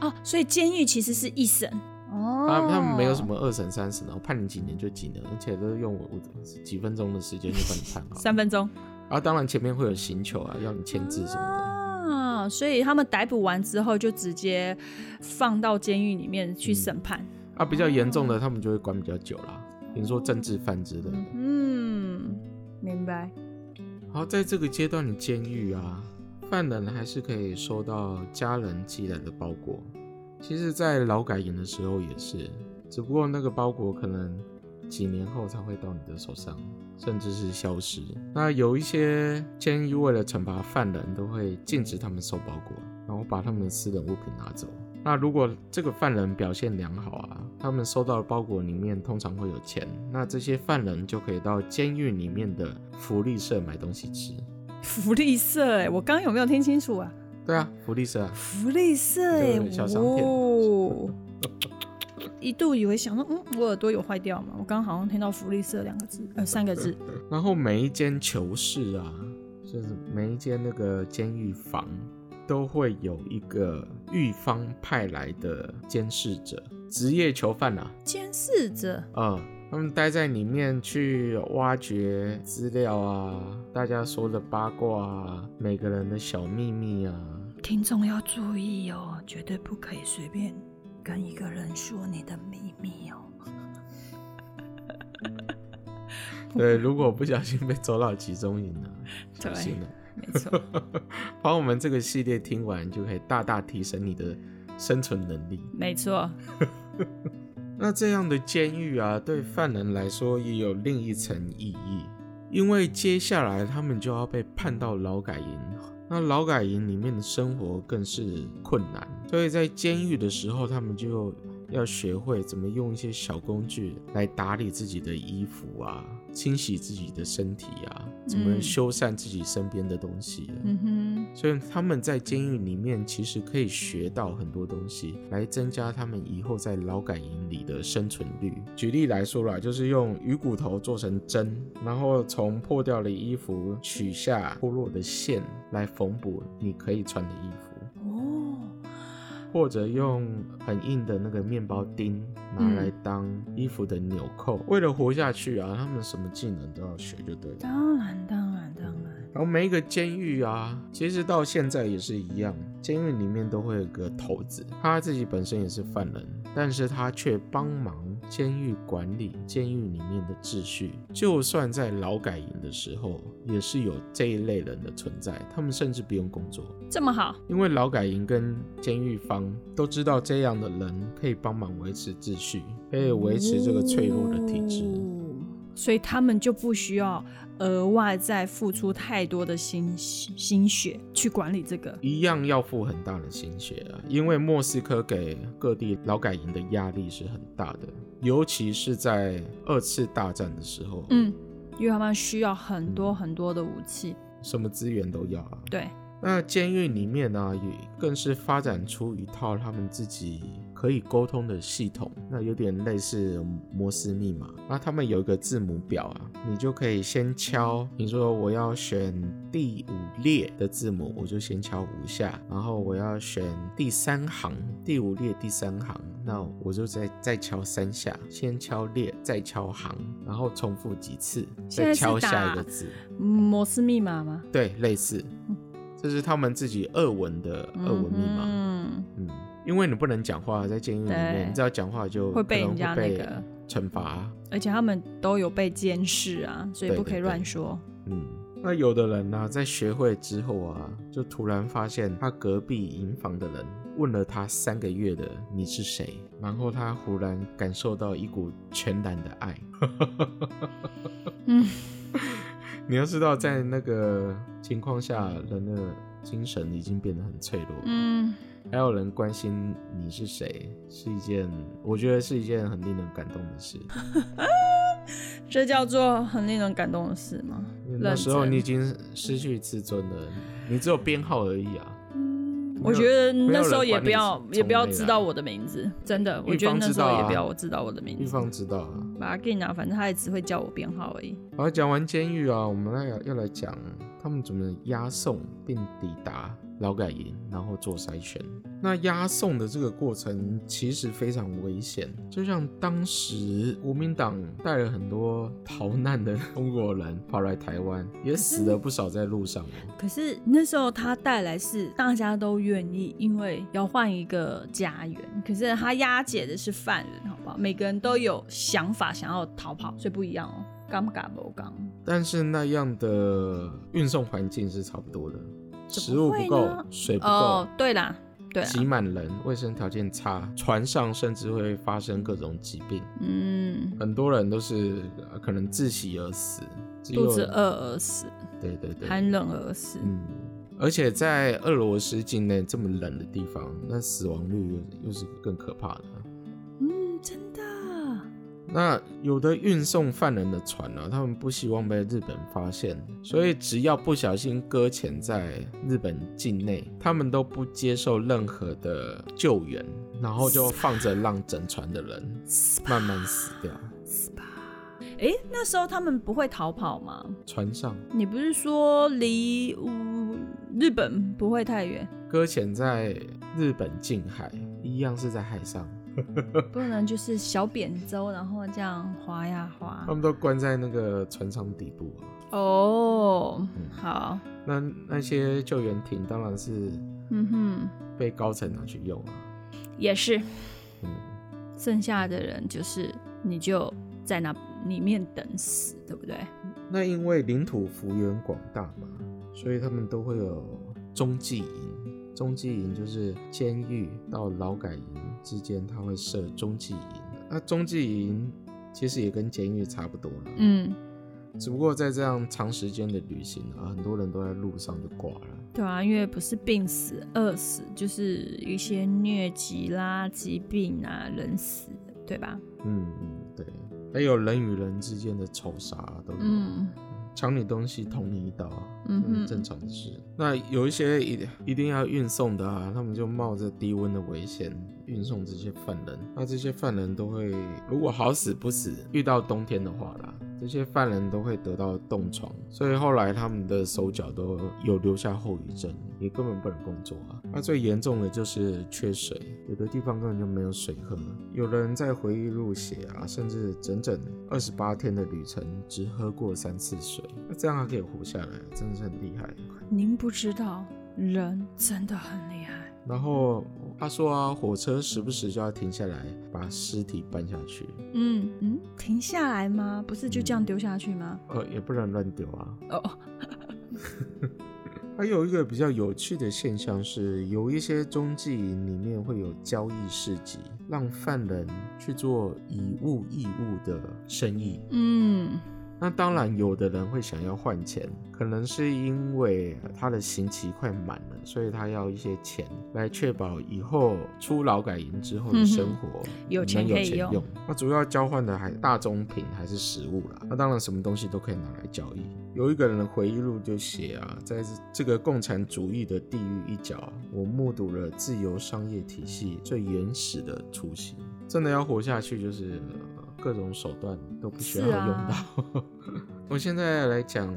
Speaker 1: 哦，所以监狱其实是一审哦
Speaker 2: 啊他他们没有什么二审三审啊的，我判你几年就几年，而且都是用我我几分钟的时间就帮你判好。
Speaker 1: 三分钟
Speaker 2: 然后当然前面会有刑求啊，要你签字什么的。
Speaker 1: 啊，所以他们逮捕完之后就直接放到监狱里面去审判。
Speaker 2: 啊，比较严重的他们就会关比较久啦，比如说政治犯之类的。
Speaker 1: 嗯，明白。
Speaker 2: 好，在这个阶段的监狱啊，犯人还是可以收到家人寄来的包裹。其实，在劳改营的时候也是，只不过那个包裹可能几年后才会到你的手上，甚至是消失。那有一些监狱为了惩罚犯人，都会禁止他们收包裹，然后把他们的私人物品拿走。那如果这个犯人表现良好啊，他们收到的包裹里面通常会有钱，那这些犯人就可以到监狱里面的福利社买东西吃。
Speaker 1: 福利社、哎，我刚刚有没有听清楚啊？
Speaker 2: 对啊，福利社啊，
Speaker 1: 福利社、哎，
Speaker 2: 就是小商店
Speaker 1: 哦。一度以为想说，嗯，我耳朵有坏掉吗？我刚刚好像听到福利社两个字，呃，三个字。
Speaker 2: 然后每一间囚室啊，就是每一间那个监狱房，都会有一个狱方派来的监视者，职业囚犯啊，
Speaker 1: 监视者，
Speaker 2: 呃，他们待在里面去挖掘资料啊，大家说的八卦啊，每个人的小秘密啊，
Speaker 1: [LAUGHS] 听众要注意哦，绝对不可以随便跟一个人说你的秘密哦。
Speaker 2: 对，如果不小心被走到集中营了， [LAUGHS] 小
Speaker 1: 对
Speaker 2: 心了。
Speaker 1: [LAUGHS] 没错，
Speaker 2: [LAUGHS] 把我们这个系列听完，就可以大大提升你的生存能力。
Speaker 1: 没错，
Speaker 2: 那这样的监狱啊，对犯人来说也有另一层意义，因为接下来他们就要被判到劳改营。那劳改营里面的生活更是困难，所以在监狱的时候，他们就要学会怎么用一些小工具来打理自己的衣服啊，清洗自己的身体啊，怎么
Speaker 1: 嗯
Speaker 2: 修缮自己身边的东西、啊。
Speaker 1: 嗯哼，
Speaker 2: 所以他们在监狱里面其实可以学到很多东西，来增加他们以后在劳改营里的生存率。举例来说啦，就是用鱼骨头做成针，然后从破掉的衣服取下脱落的线来缝补你可以穿的衣服，
Speaker 1: 哦，
Speaker 2: 或者用很硬的那个面包钉拿来当衣服的纽扣。为了活下去啊，他们什么技能都要学，就对了。
Speaker 1: 当然，当然，当然，
Speaker 2: 然后每一个监狱啊，其实到现在也是一样，监狱里面都会有个头子，他自己本身也是犯人，但是他却帮忙监狱管理监狱里面的秩序。就算在劳改营的时候，也是有这一类人的存在，他们甚至不用工作，
Speaker 1: 这么好，
Speaker 2: 因为劳改营跟监狱方都知道这样的人可以帮忙维持秩序，可以维持这个脆弱的体质。
Speaker 1: 哦所以他们就不需要额外再付出太多的心心血去管理这个。
Speaker 2: 一样要付很大的心血啊，因为莫斯科给各地劳改营的压力是很大的，尤其是在二次大战的时候，，
Speaker 1: 嗯，因为他们需要很多很多的武器。
Speaker 2: 什么资源都要啊。
Speaker 1: 对，
Speaker 2: 那监狱里面呢、也更是发展出一套他们自己可以沟通的系统，那有点类似摩斯密码。那他们有一个字母表啊，你就可以先敲，你说我要选第五列的字母，我就先敲五下，然后我要选第三行，第五列第三行，那我就再再敲三下，先敲列，再敲行，然后重复几次，
Speaker 1: 现在
Speaker 2: 再
Speaker 1: 是
Speaker 2: 敲下
Speaker 1: 打
Speaker 2: 一个字。
Speaker 1: 摩斯密码吗？
Speaker 2: 对，类似
Speaker 1: 嗯，
Speaker 2: 这是他们自己俄文的俄文密码。
Speaker 1: 嗯
Speaker 2: 嗯，因为你不能讲话，在监狱里面，
Speaker 1: 对
Speaker 2: 你只要讲话就
Speaker 1: 会被
Speaker 2: 可能
Speaker 1: 人家
Speaker 2: 会被
Speaker 1: 那个
Speaker 2: 惩罚。
Speaker 1: 哼，而且他们都有被监视啊，所以
Speaker 2: 对
Speaker 1: 不可以
Speaker 2: 对对
Speaker 1: 乱说。
Speaker 2: 嗯，那有的人呢、在学会之后啊，就突然发现他隔壁营房的人问了他三个月的你是谁，然后他忽然感受到一股全然的爱。
Speaker 1: 嗯，
Speaker 2: [LAUGHS] 你要知道，在那个情况下，人的精神已经变得很脆弱。
Speaker 1: 嗯，
Speaker 2: 还有人关心你是谁，是一件我觉得是一件很令人感动
Speaker 1: [LAUGHS]
Speaker 2: 的事。嗯
Speaker 1: 这叫做很令人感动的事吗？
Speaker 2: 因为
Speaker 1: 认
Speaker 2: 那时候
Speaker 1: 真
Speaker 2: 你已经失去自尊了，你只有编号而已啊。没有
Speaker 1: 我觉得
Speaker 2: 没有
Speaker 1: 那时候
Speaker 2: 人
Speaker 1: 也
Speaker 2: 管
Speaker 1: 不
Speaker 2: 你
Speaker 1: 要
Speaker 2: 从
Speaker 1: 也不要
Speaker 2: 哪里
Speaker 1: 知
Speaker 2: 来
Speaker 1: 道我的名字，真的，我
Speaker 2: 玉
Speaker 1: 觉得
Speaker 2: 芳
Speaker 1: 那
Speaker 2: 知
Speaker 1: 时候
Speaker 2: 道
Speaker 1: 也不
Speaker 2: 啊
Speaker 1: 要我知道我的名
Speaker 2: 玉
Speaker 1: 字，
Speaker 2: 芳知道啊。
Speaker 1: 把它给你拿，反正他也只会叫我编号而已。
Speaker 2: 好，讲完监狱啊，我们来要来讲他们怎么押送并抵达劳改营，然后做筛选。那押送的这个过程其实非常危险，就像当时国民党带了很多逃难的中国人跑来台湾，也死了不少在路上哦。
Speaker 1: 可是那时候他带来是大家都愿意，因为要换一个家园。可是他押解的是犯人，好不好？每个人都有想法想要逃跑，所以不一样哦。刚不敢不刚，
Speaker 2: 但是那样的运送环境是差不多的，
Speaker 1: 怎
Speaker 2: 食
Speaker 1: 么
Speaker 2: 物
Speaker 1: 会
Speaker 2: 不够
Speaker 1: 呢，
Speaker 2: 水不够，
Speaker 1: 哦，对啦，对啦，
Speaker 2: 挤满人，卫生条件差，船上甚至会发生各种疾病。
Speaker 1: 嗯，
Speaker 2: 很多人都是呃可能窒息而死，只有
Speaker 1: 肚子饿而死，
Speaker 2: 对对对，
Speaker 1: 寒冷而死，
Speaker 2: 嗯，而且在俄罗斯境内这么冷的地方，那死亡率又又是更可怕的。
Speaker 1: 嗯，真的，
Speaker 2: 嗯那有的运送犯人的船呢、啊，他们不希望被日本发现，所以只要不小心搁浅在日本境内，他们都不接受任何的救援，然后就放着让整船的人慢慢死掉。
Speaker 1: 哎，那时候他们不会逃跑吗？
Speaker 2: 船上
Speaker 1: 你不是说离、呃日本不会太远，
Speaker 2: 搁浅在日本近海，一样是在海上，
Speaker 1: 不能就是小扁舟，然后这样划呀划
Speaker 2: 他。们都关在那个船舱底部啊。
Speaker 1: 哦
Speaker 2: 嗯，
Speaker 1: 好，
Speaker 2: 那那些救援艇当然是
Speaker 1: 嗯哼，
Speaker 2: 被高层拿去用啊。
Speaker 1: 也是。
Speaker 2: 嗯，
Speaker 1: 剩下的人就是你就在那里面等死，对不对？
Speaker 2: 那因为领土幅员广大嘛，所以他们都会有中继营。中继营就是监狱到劳改营之间，它会设中继营。那中继营其实也跟监狱差不多了，，
Speaker 1: 嗯，
Speaker 2: 只不过在这样长时间的旅行啊，很多人都在路上就挂了。
Speaker 1: 对啊，因为不是病死、饿死，就是一些疟疾啦、疾病啊、人死，对吧？
Speaker 2: 嗯，嗯，对，还有人与人之间的仇杀、都有。
Speaker 1: 嗯
Speaker 2: 抢你东西捅你一刀，
Speaker 1: 嗯
Speaker 2: 这
Speaker 1: 哼
Speaker 2: 是正常的事。那有一些一一定要运送的啊，他们就冒着低温的危险运送这些犯人。那这些犯人都会，如果好死不死遇到冬天的话啦，这些犯人都会得到冻疮，所以后来他们的手脚都有留下后遗症，也根本不能工作啊。那最严重的就是缺水，有的地方根本就没有水喝。有人在回忆录写啊，甚至整整二十八天的旅程只喝过三次水，那这样还可以活下来，真的是很厉害。
Speaker 1: 您不知道，人真的很厉害。
Speaker 2: 然后他说啊，火车时不时就要停下来把尸体搬下去，
Speaker 1: 嗯嗯，停下来吗？不是就这样丢下去吗？
Speaker 2: 呃，也不能乱丢啊。
Speaker 1: 哦，
Speaker 2: 还有一个比较有趣的现象是，有一些中继营里面会有交易市集，让犯人去做以物易物的生意。
Speaker 1: 嗯
Speaker 2: 那当然，有的人会想要换钱，可能是因为他的刑期快满了，所以他要一些钱来确保以后出劳改营之后的生活
Speaker 1: 嗯有钱
Speaker 2: 能
Speaker 1: 可
Speaker 2: 有
Speaker 1: 以
Speaker 2: 钱
Speaker 1: 用
Speaker 2: 用。那主要交换的还大宗品还是食物啦。那当然，什么东西都可以拿来交易。有一个人的回忆录就写啊，在这个共产主义的地狱一角，我目睹了自由商业体系最原始的雏形。真的要活下去，就是、呃各种手段都不需要
Speaker 1: 是
Speaker 2: 用
Speaker 1: 啊
Speaker 2: 到。 [LAUGHS] 我现在来讲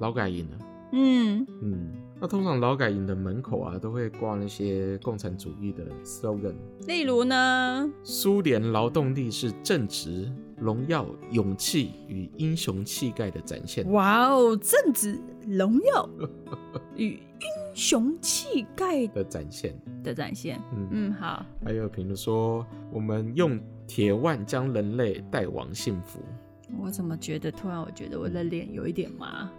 Speaker 2: 劳改营了。
Speaker 1: 嗯
Speaker 2: 嗯，那通常劳改营的门口啊，都会挂那些共产主义的 slogan。
Speaker 1: 例如呢？
Speaker 2: 苏联劳动力是正直、荣耀、勇气与英雄气概的展现。
Speaker 1: 哇哦，正直、荣耀 [LAUGHS] 与英雄气概
Speaker 2: 的展现，
Speaker 1: 的展现。
Speaker 2: 嗯，
Speaker 1: 嗯，好，
Speaker 2: 还有评论说，我们用铁腕将人类带往幸福。
Speaker 1: 我怎么觉得突然我觉得我的脸有一点麻？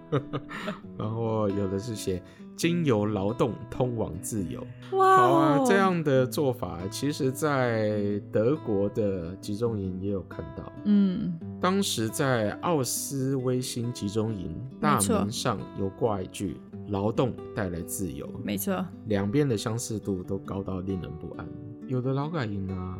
Speaker 2: 然后有的是写经由劳动通往自由。
Speaker 1: 哇、
Speaker 2: 好啊，这，样的做法，其实在德国的集中营也有看到。
Speaker 1: 嗯，
Speaker 2: 当时在奥斯威辛集中营大
Speaker 1: 没错
Speaker 2: 门上有挂一句“劳动带来自由
Speaker 1: 没错，”，
Speaker 2: 两边的相似度都高到令人不安。有的劳改营啊，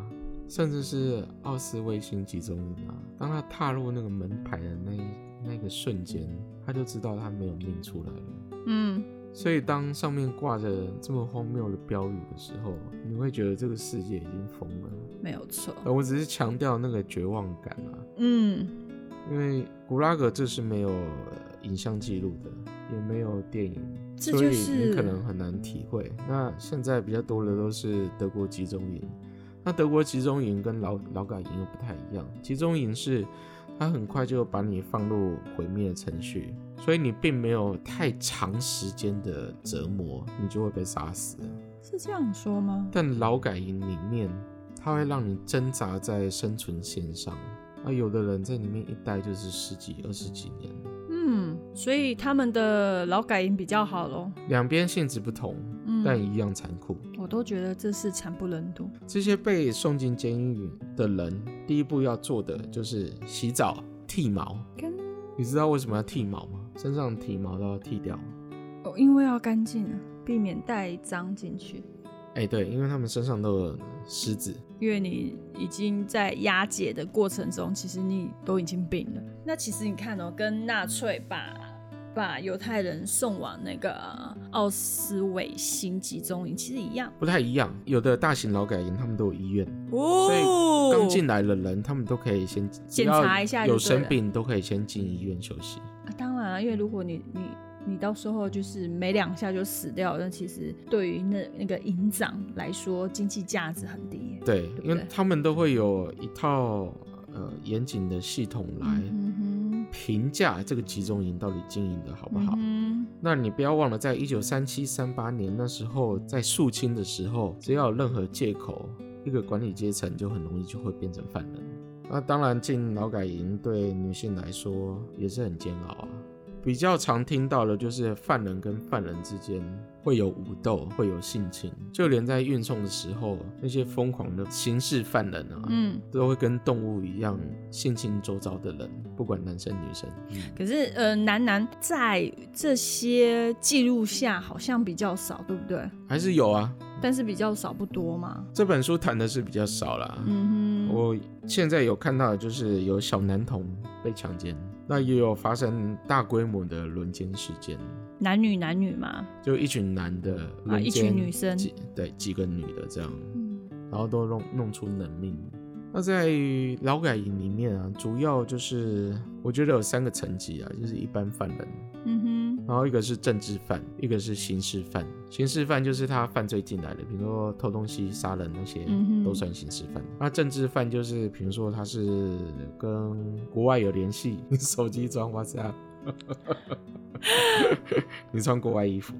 Speaker 2: 甚至是奥斯威辛集中营啊，当他踏入那个门牌的那一那个瞬间，他就知道他没有命出来了。
Speaker 1: 嗯，
Speaker 2: 所以，当上面挂着这么荒谬的标语的时候，你会觉得这个世界已经疯了。
Speaker 1: 没有错，
Speaker 2: 呃我只是强调那个绝望感啊，
Speaker 1: 嗯，
Speaker 2: 因为古拉格这是没有呃影像记录的，也没有电影，
Speaker 1: 这
Speaker 2: 所以
Speaker 1: 就是
Speaker 2: 你可能很难体会。那现在比较多的都是德国集中营，那德国集中营跟劳劳改营又不太一样，集中营是它很快就把你放入毁灭程序，所以你并没有太长时间的折磨，你就会被杀死。
Speaker 1: 是这样说吗？
Speaker 2: 但劳改营里面，它会让你挣扎在生存线上。啊，有的人在里面一待就是十几、二十几年，
Speaker 1: 嗯，所以他们的劳改营比较好咯。
Speaker 2: 两边性质不同，
Speaker 1: 嗯，
Speaker 2: 但一样残酷。
Speaker 1: 我都觉得这是惨不忍睹。
Speaker 2: 这些被送进监狱的人，第一步要做的就是洗澡、剃毛。
Speaker 1: 跟
Speaker 2: 你知道为什么要剃毛吗？身上的体毛都要剃掉。
Speaker 1: 哦，因为要干净啊，避免带脏进去。
Speaker 2: 哎，对，因为他们身上都有虱子，
Speaker 1: 因为你已经在押解的过程中，其实你都已经病了。那其实你看哦，跟纳粹把把犹太人送往那个呃奥斯维辛集中营，其实一样
Speaker 2: 不太一样。有的大型劳改营，他们都有医院，所
Speaker 1: 哦
Speaker 2: 刚进来的人，他们都可以先
Speaker 1: 检查一下
Speaker 2: 只要有
Speaker 1: 就对了
Speaker 2: 生病都可以先进医院休息。
Speaker 1: 啊当然啊，因为如果你你你到时候就是没两下就死掉，那其实对于那那个营长来说，经济价值很低耶。
Speaker 2: 对
Speaker 1: 不，对
Speaker 2: 因为他们都会有一套呃严谨的系统来
Speaker 1: 嗯
Speaker 2: 评价这个集中营到底经营的好
Speaker 1: 哼，
Speaker 2: 不好。
Speaker 1: 嗯
Speaker 2: 那你不要忘了，在一九三七、三八年那时候，在肃清的时候，只要有任何借口，一个管理阶层就很容易就会变成犯人。
Speaker 1: 哼，
Speaker 2: 那当然，进劳改营对女性来说也是很煎熬啊。比较常听到的就是犯人跟犯人之间会有武斗，会有性侵，就连在运送的时候，那些疯狂的刑事犯人啊，
Speaker 1: 嗯，
Speaker 2: 都会跟动物一样性侵周遭的人，不管男生女生。
Speaker 1: 可是呃，男男在这些记录下好像比较少，对不对？
Speaker 2: 还是有啊，
Speaker 1: 但是比较少不多嘛。
Speaker 2: 这本书谈的是比较少啦。
Speaker 1: 嗯哼，
Speaker 2: 我现在有看到的就是有小男童被强奸，那也有发生大规模的轮奸事件，
Speaker 1: 男女男女嘛，
Speaker 2: 就一群男的
Speaker 1: 啊
Speaker 2: 轮奸、
Speaker 1: 一群女生
Speaker 2: 几对几个女的这样，
Speaker 1: 嗯，
Speaker 2: 然后都弄弄出人命。那在劳改营里面啊，主要就是我觉得有三个层级啊，就是一般犯人，
Speaker 1: 嗯
Speaker 2: 然后一个是政治犯，一个是刑事犯。刑事犯就是他犯罪进来的，比如说偷东西、杀人那些
Speaker 1: 嗯哼
Speaker 2: 都算刑事犯。那政治犯就是，比如说他是跟国外有联系，你手机装 WhatsApp，你穿国外衣服，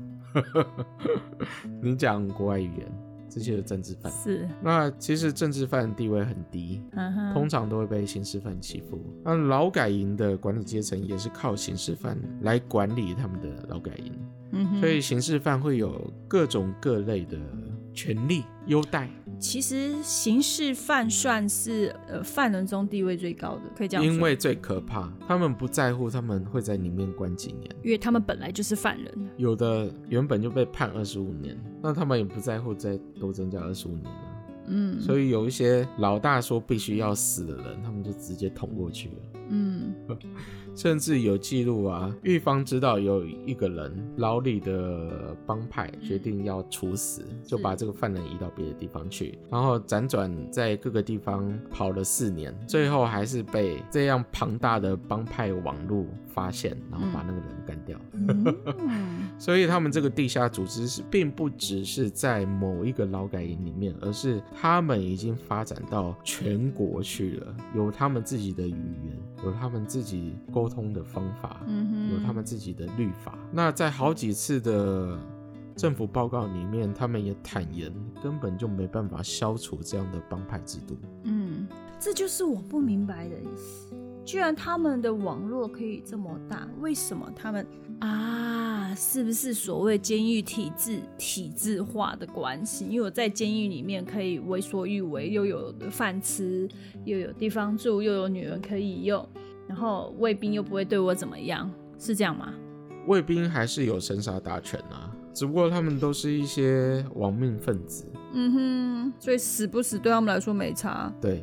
Speaker 2: 你讲国外语言，这些是政治
Speaker 1: 哼，
Speaker 2: 犯。
Speaker 1: 是，
Speaker 2: 那其实政治犯地位很低，
Speaker 1: 嗯哼，
Speaker 2: 通常都会被刑事犯欺负。那劳改营的管理阶层也是靠刑事犯来管理他们的劳改营，
Speaker 1: 嗯哼，
Speaker 2: 所以刑事犯会有各种各类的权利优待，
Speaker 1: 其实刑事犯算是呃犯人中地位最高的，可以这样说，
Speaker 2: 因为最可怕，他们不在乎他们会在里面关几年，
Speaker 1: 因为他们本来就是犯人。
Speaker 2: 有的原本就被判二十五年，那他们也不在乎再多增加二十五年了。
Speaker 1: 嗯，
Speaker 2: 所
Speaker 1: 以
Speaker 2: 以有一些老大说必须要死的人，他们就直接捅过去了。
Speaker 1: 嗯
Speaker 2: 甚至有记录啊，狱方知道有一个人牢里的帮派决定要处死，就把这个犯人移到别的地方去，然后辗转在各个地方跑了四年，最后还是被这样庞大的帮派网络发现，然后把那个人干掉。 [LAUGHS]
Speaker 1: 嗯
Speaker 2: 所以他们这个地下组织是并不只是在某一个劳改营里面，而是他们已经发展到全国去了，有他们自己的语言，有他们自己沟通的方法，
Speaker 1: 嗯哼，
Speaker 2: 有他们自己的律法。那在好几次的政府报告里面，他们也坦言，根本就没办法消除这样的帮派制度。
Speaker 1: 嗯，这就是我不明白的意思。居然他们的网络可以这么大，为什么他们啊？是不是所谓监狱体制体制化的关系？因为我在监狱里面可以为所欲为，又有饭吃，又有地方住，又有女人可以用，然后卫兵又不会对我怎么样，是这样吗？
Speaker 2: 卫兵还是有生杀大权啊，只不过他们都是一些亡命分子。
Speaker 1: 嗯哼，所以死不死对他们来说没差。
Speaker 2: 对，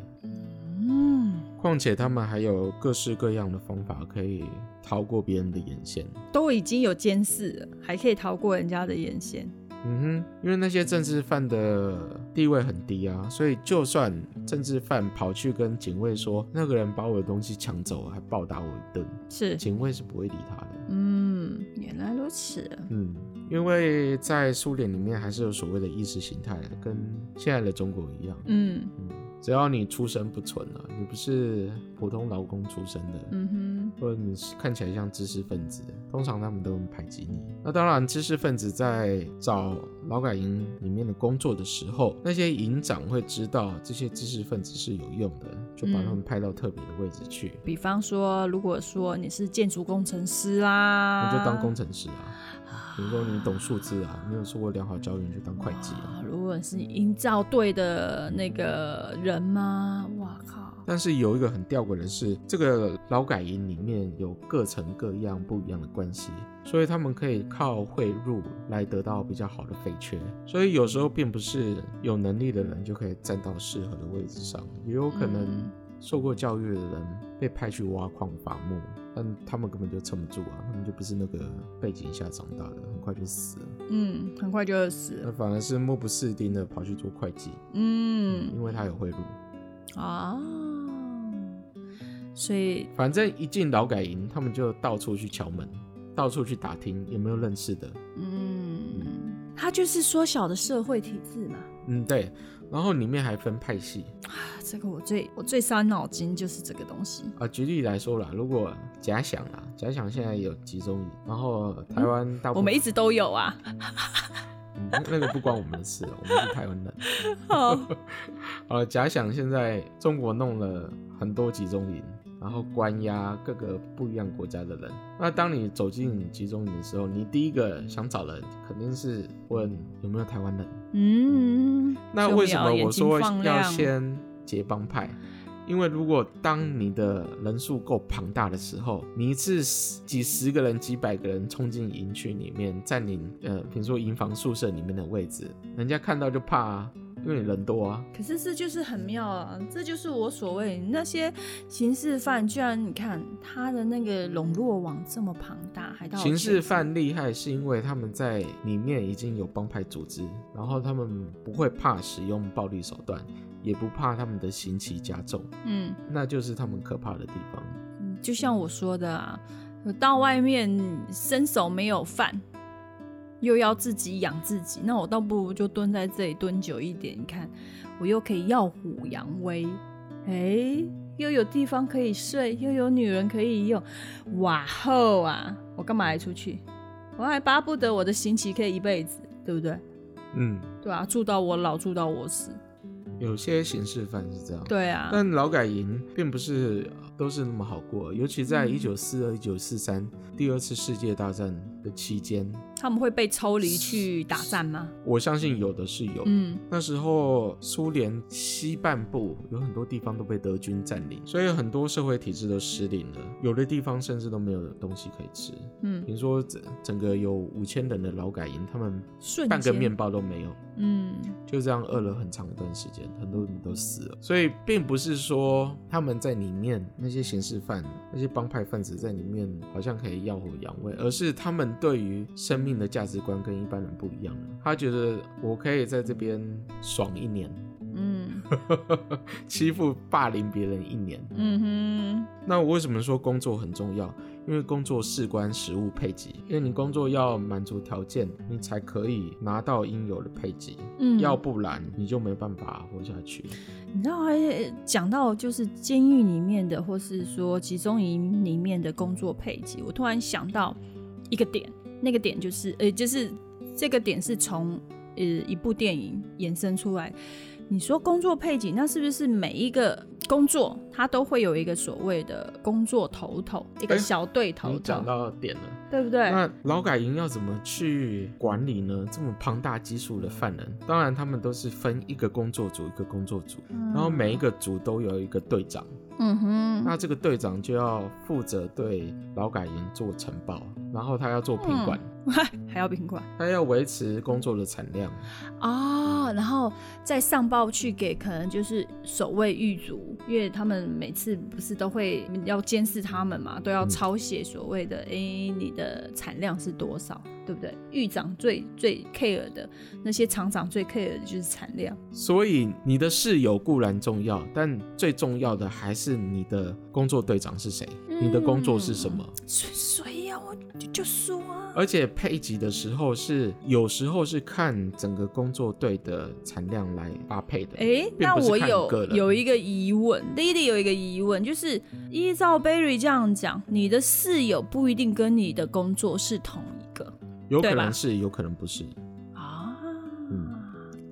Speaker 1: 嗯，
Speaker 2: 况且他们还有各式各样的方法可以逃过别人的眼线。
Speaker 1: 都已经有监视了，还可以逃过人家的眼线。
Speaker 2: 嗯哼，因为那些政治犯的地位很低啊，所以就算政治犯跑去跟警卫说那个人把我的东西抢走，还暴打我一顿，
Speaker 1: 是，
Speaker 2: 警卫是不会理他的。
Speaker 1: 嗯，原来如此。
Speaker 2: 嗯，因为在苏联里面还是有所谓的意识形态，跟现在的中国一样。
Speaker 1: 嗯
Speaker 2: 嗯，只要你出身不纯啊，你不是普通劳工出身的，
Speaker 1: 嗯哼，
Speaker 2: 或者你是看起来像知识分子，通常他们都会排挤你。那当然，知识分子在找劳改营里面的工作的时候，那些营长会知道这些知识分子是有用的，就把他们派到特别的位置去。
Speaker 1: 比方说，如果说你是建筑工程师啦，
Speaker 2: 你就当工程师啊，比如说你懂数字啊，你有受过良好教育，你就当会计啊。
Speaker 1: 啊。如果是营造队的那个人吗？哇靠！
Speaker 2: 但是有一个很吊诡的是，这个劳改营里面有各层各样不一样的关系，所以他们可以靠贿赂来得到比较好的肥缺。所以有时候并不是有能力的人就可以站到适合的位置上，也有可能
Speaker 1: 嗯
Speaker 2: 受过教育的人被派去挖矿伐木，但他们根本就撑不住啊，他们就不是那个背景下长大的，很快就死了。
Speaker 1: 嗯，很快就会死
Speaker 2: 那
Speaker 1: 了。
Speaker 2: 反而是目不识丁的跑去做会计，
Speaker 1: 嗯
Speaker 2: 因为他有贿赂。
Speaker 1: 啊，所以
Speaker 2: 反正一进劳改营，他们就到处去敲门，到处去打听有没有认识的。
Speaker 1: 嗯，它就是缩小的社会体制嘛。
Speaker 2: 嗯，对。然后里面还分派系
Speaker 1: 啊，这个我最我最伤脑筋就是这个东西。
Speaker 2: 啊。举例来说啦，如果假想啦，假想现在有集中营，然后台湾大
Speaker 1: 啊
Speaker 2: 部分、[LAUGHS]
Speaker 1: 我们一直都有啊，
Speaker 2: 嗯那那个不关我们的事， [LAUGHS] 我们是台湾人。
Speaker 1: 好，
Speaker 2: 好了，假想现在中国弄了很多集中营，然后关押各个不一样国家的人。那当你走进集中营的时候，你第一个想找人肯定是问有没有台湾人。
Speaker 1: 嗯，
Speaker 2: 那
Speaker 1: 就
Speaker 2: 为什么
Speaker 1: 眼
Speaker 2: 我
Speaker 1: 睛
Speaker 2: 说
Speaker 1: 放
Speaker 2: 要
Speaker 1: 亮
Speaker 2: 先结帮派？因为如果当你的人数够庞大的时候，你一次十几十个人、几百个人冲进营区里面，占领呃，比如说营房宿舍里面的位置，人家看到就怕啊，因为你人多啊。
Speaker 1: 可是这就是很妙啊，这就是我所谓那些刑事犯，居然你看他的那个笼络网这么庞大，还到
Speaker 2: 刑事
Speaker 1: 全
Speaker 2: 犯厉害是因为他们在里面已经有帮派组织，然后他们不会怕使用暴力手段，也不怕他们的刑期加重，
Speaker 1: 嗯，
Speaker 2: 那就是他们可怕的地方。
Speaker 1: 就像我说的啊，到外面伸手没有饭，又要自己养自己，那我倒不如就蹲在这里蹲久一点，你看我又可以耀虎扬威，哎、又有地方可以睡，又有女人可以用，哇吼啊！我干嘛还出去？我还巴不得我的刑期可以一辈子，对不对？
Speaker 2: 嗯，
Speaker 1: 对啊，住到我老，住到我死。
Speaker 2: 有些刑事犯是这样。
Speaker 1: 对啊，
Speaker 2: 但劳改营并不是都是那么好过，尤其
Speaker 1: 嗯
Speaker 2: 在一九四二、一九四三第二次世界大战的期间，
Speaker 1: 他们会被抽离去打战吗？
Speaker 2: 我相信有的是有。
Speaker 1: 嗯
Speaker 2: 那时候苏联西半部有很多地方都被德军占领，所以很多社会体制都失灵了，有的地方甚至都没有东西可以吃。
Speaker 1: 嗯，
Speaker 2: 比如说整整个有五千人的劳改营，他们
Speaker 1: 瞬间
Speaker 2: 半个面包都没有。
Speaker 1: 嗯
Speaker 2: 就这样饿了很长一段时间，很多人都死了。所以并不是说他们在里面那些刑事犯、那些帮派分子在里面好像可以耀武扬威，而是他们对于生命的价值观跟一般人不一样了。他觉得我可以在这边爽一年，
Speaker 1: 嗯
Speaker 2: 欺负霸凌别人一年。
Speaker 1: 嗯
Speaker 2: 那我为什么说工作很重要？因为工作事关食物配给，因为你工作要满足条件，你才可以拿到应有的配给。
Speaker 1: 哼，嗯，
Speaker 2: 要不然你就没办法活下去。
Speaker 1: 你知道，而且讲到就是监狱里面的，或是说集中营里面的工作配给，我突然想到一个点，那个点就是，呃，就是这个点是从呃一部电影延伸出来。你说工作配给，那是不是每一个工作它都会有一个所谓的工作头头，一个
Speaker 2: 哎
Speaker 1: 小队头
Speaker 2: 你
Speaker 1: 头
Speaker 2: 讲，到点了，
Speaker 1: 对不对？
Speaker 2: 那劳改营要怎么去管理呢？这么庞大基数的犯人，当然他们都是分一个工作组一个工作组，
Speaker 1: 然
Speaker 2: 然后每一，个组都有一个队长，
Speaker 1: 嗯哼，
Speaker 2: 那这个队长就要负责对劳改营做呈报，然后他要做品管，
Speaker 1: 嗯还要宾馆
Speaker 2: 他要维持工作的产量，
Speaker 1: 哦，然后再上报去给可能就是守卫狱卒，因为他们每次不是都会要监视他们嘛，都要
Speaker 2: 嗯
Speaker 1: 抄写所谓的诶、你的产量是多少，对不对？狱长最最 care 的那些厂长最 care 的就是产量，
Speaker 2: 所以你的室友固然重要，但最重要的还是你的工作队长是谁，
Speaker 1: 嗯
Speaker 2: 你的工作是什么。
Speaker 1: 所以所以啊，我就就说啊，
Speaker 2: 而且配给的时候是有时候是看整个工作队的产量来发配的。
Speaker 1: 诶，
Speaker 2: 并
Speaker 1: 那
Speaker 2: 不是
Speaker 1: 我
Speaker 2: 看
Speaker 1: 有
Speaker 2: 个人
Speaker 1: 有一个疑问，Lily 有一个疑问，就是依照 Barry 这样讲，你的室友不一定跟你的工作是同一个
Speaker 2: 有可
Speaker 1: 对吧
Speaker 2: 能是，有可能不是。
Speaker 1: 啊。嗯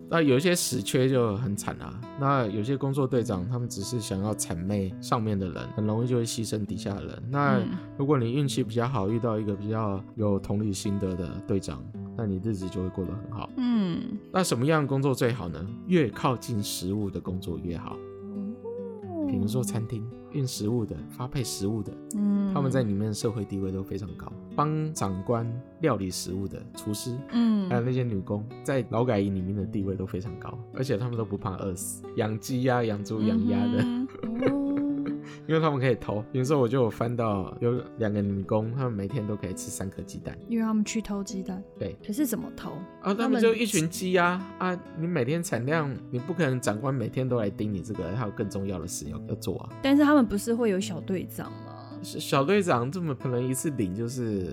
Speaker 2: 那有一些死缺就很惨啊。那有些工作队长他们只是想要谄媚上面的人，很容易就会牺牲底下的人。那
Speaker 1: 嗯
Speaker 2: 如果你运气比较好，遇到一个比较有同理心得的队长，那你日子就会过得很好。
Speaker 1: 嗯，
Speaker 2: 那什么样的工作最好呢？越靠近食物的工作越好，比如说餐厅运食物的、发配食物的，
Speaker 1: 嗯，
Speaker 2: 他们在里面的社会地位都非常高，帮长官料理食物的厨师，还有
Speaker 1: 嗯，
Speaker 2: 那些女工，在劳改营里面的地位都非常高，而且他们都不怕饿死，养鸡呀、养猪、养鸭的， [LAUGHS]
Speaker 1: 嗯哼
Speaker 2: 因为他们可以偷。比如说，我就有翻到有两个女工，她们每天都可以吃三颗鸡蛋，
Speaker 1: 哦，因为他们去偷鸡蛋，
Speaker 2: 对，
Speaker 1: 可是怎么偷？
Speaker 2: 啊，
Speaker 1: 他
Speaker 2: 他
Speaker 1: 们
Speaker 2: 们就一群鸡呀、啊，你每天产量，你不可能长官每天都来盯你这个，还有更重要的事要要做啊。
Speaker 1: 但是他们不是会有小队长吗？
Speaker 2: 小小队长这么可能一次领就是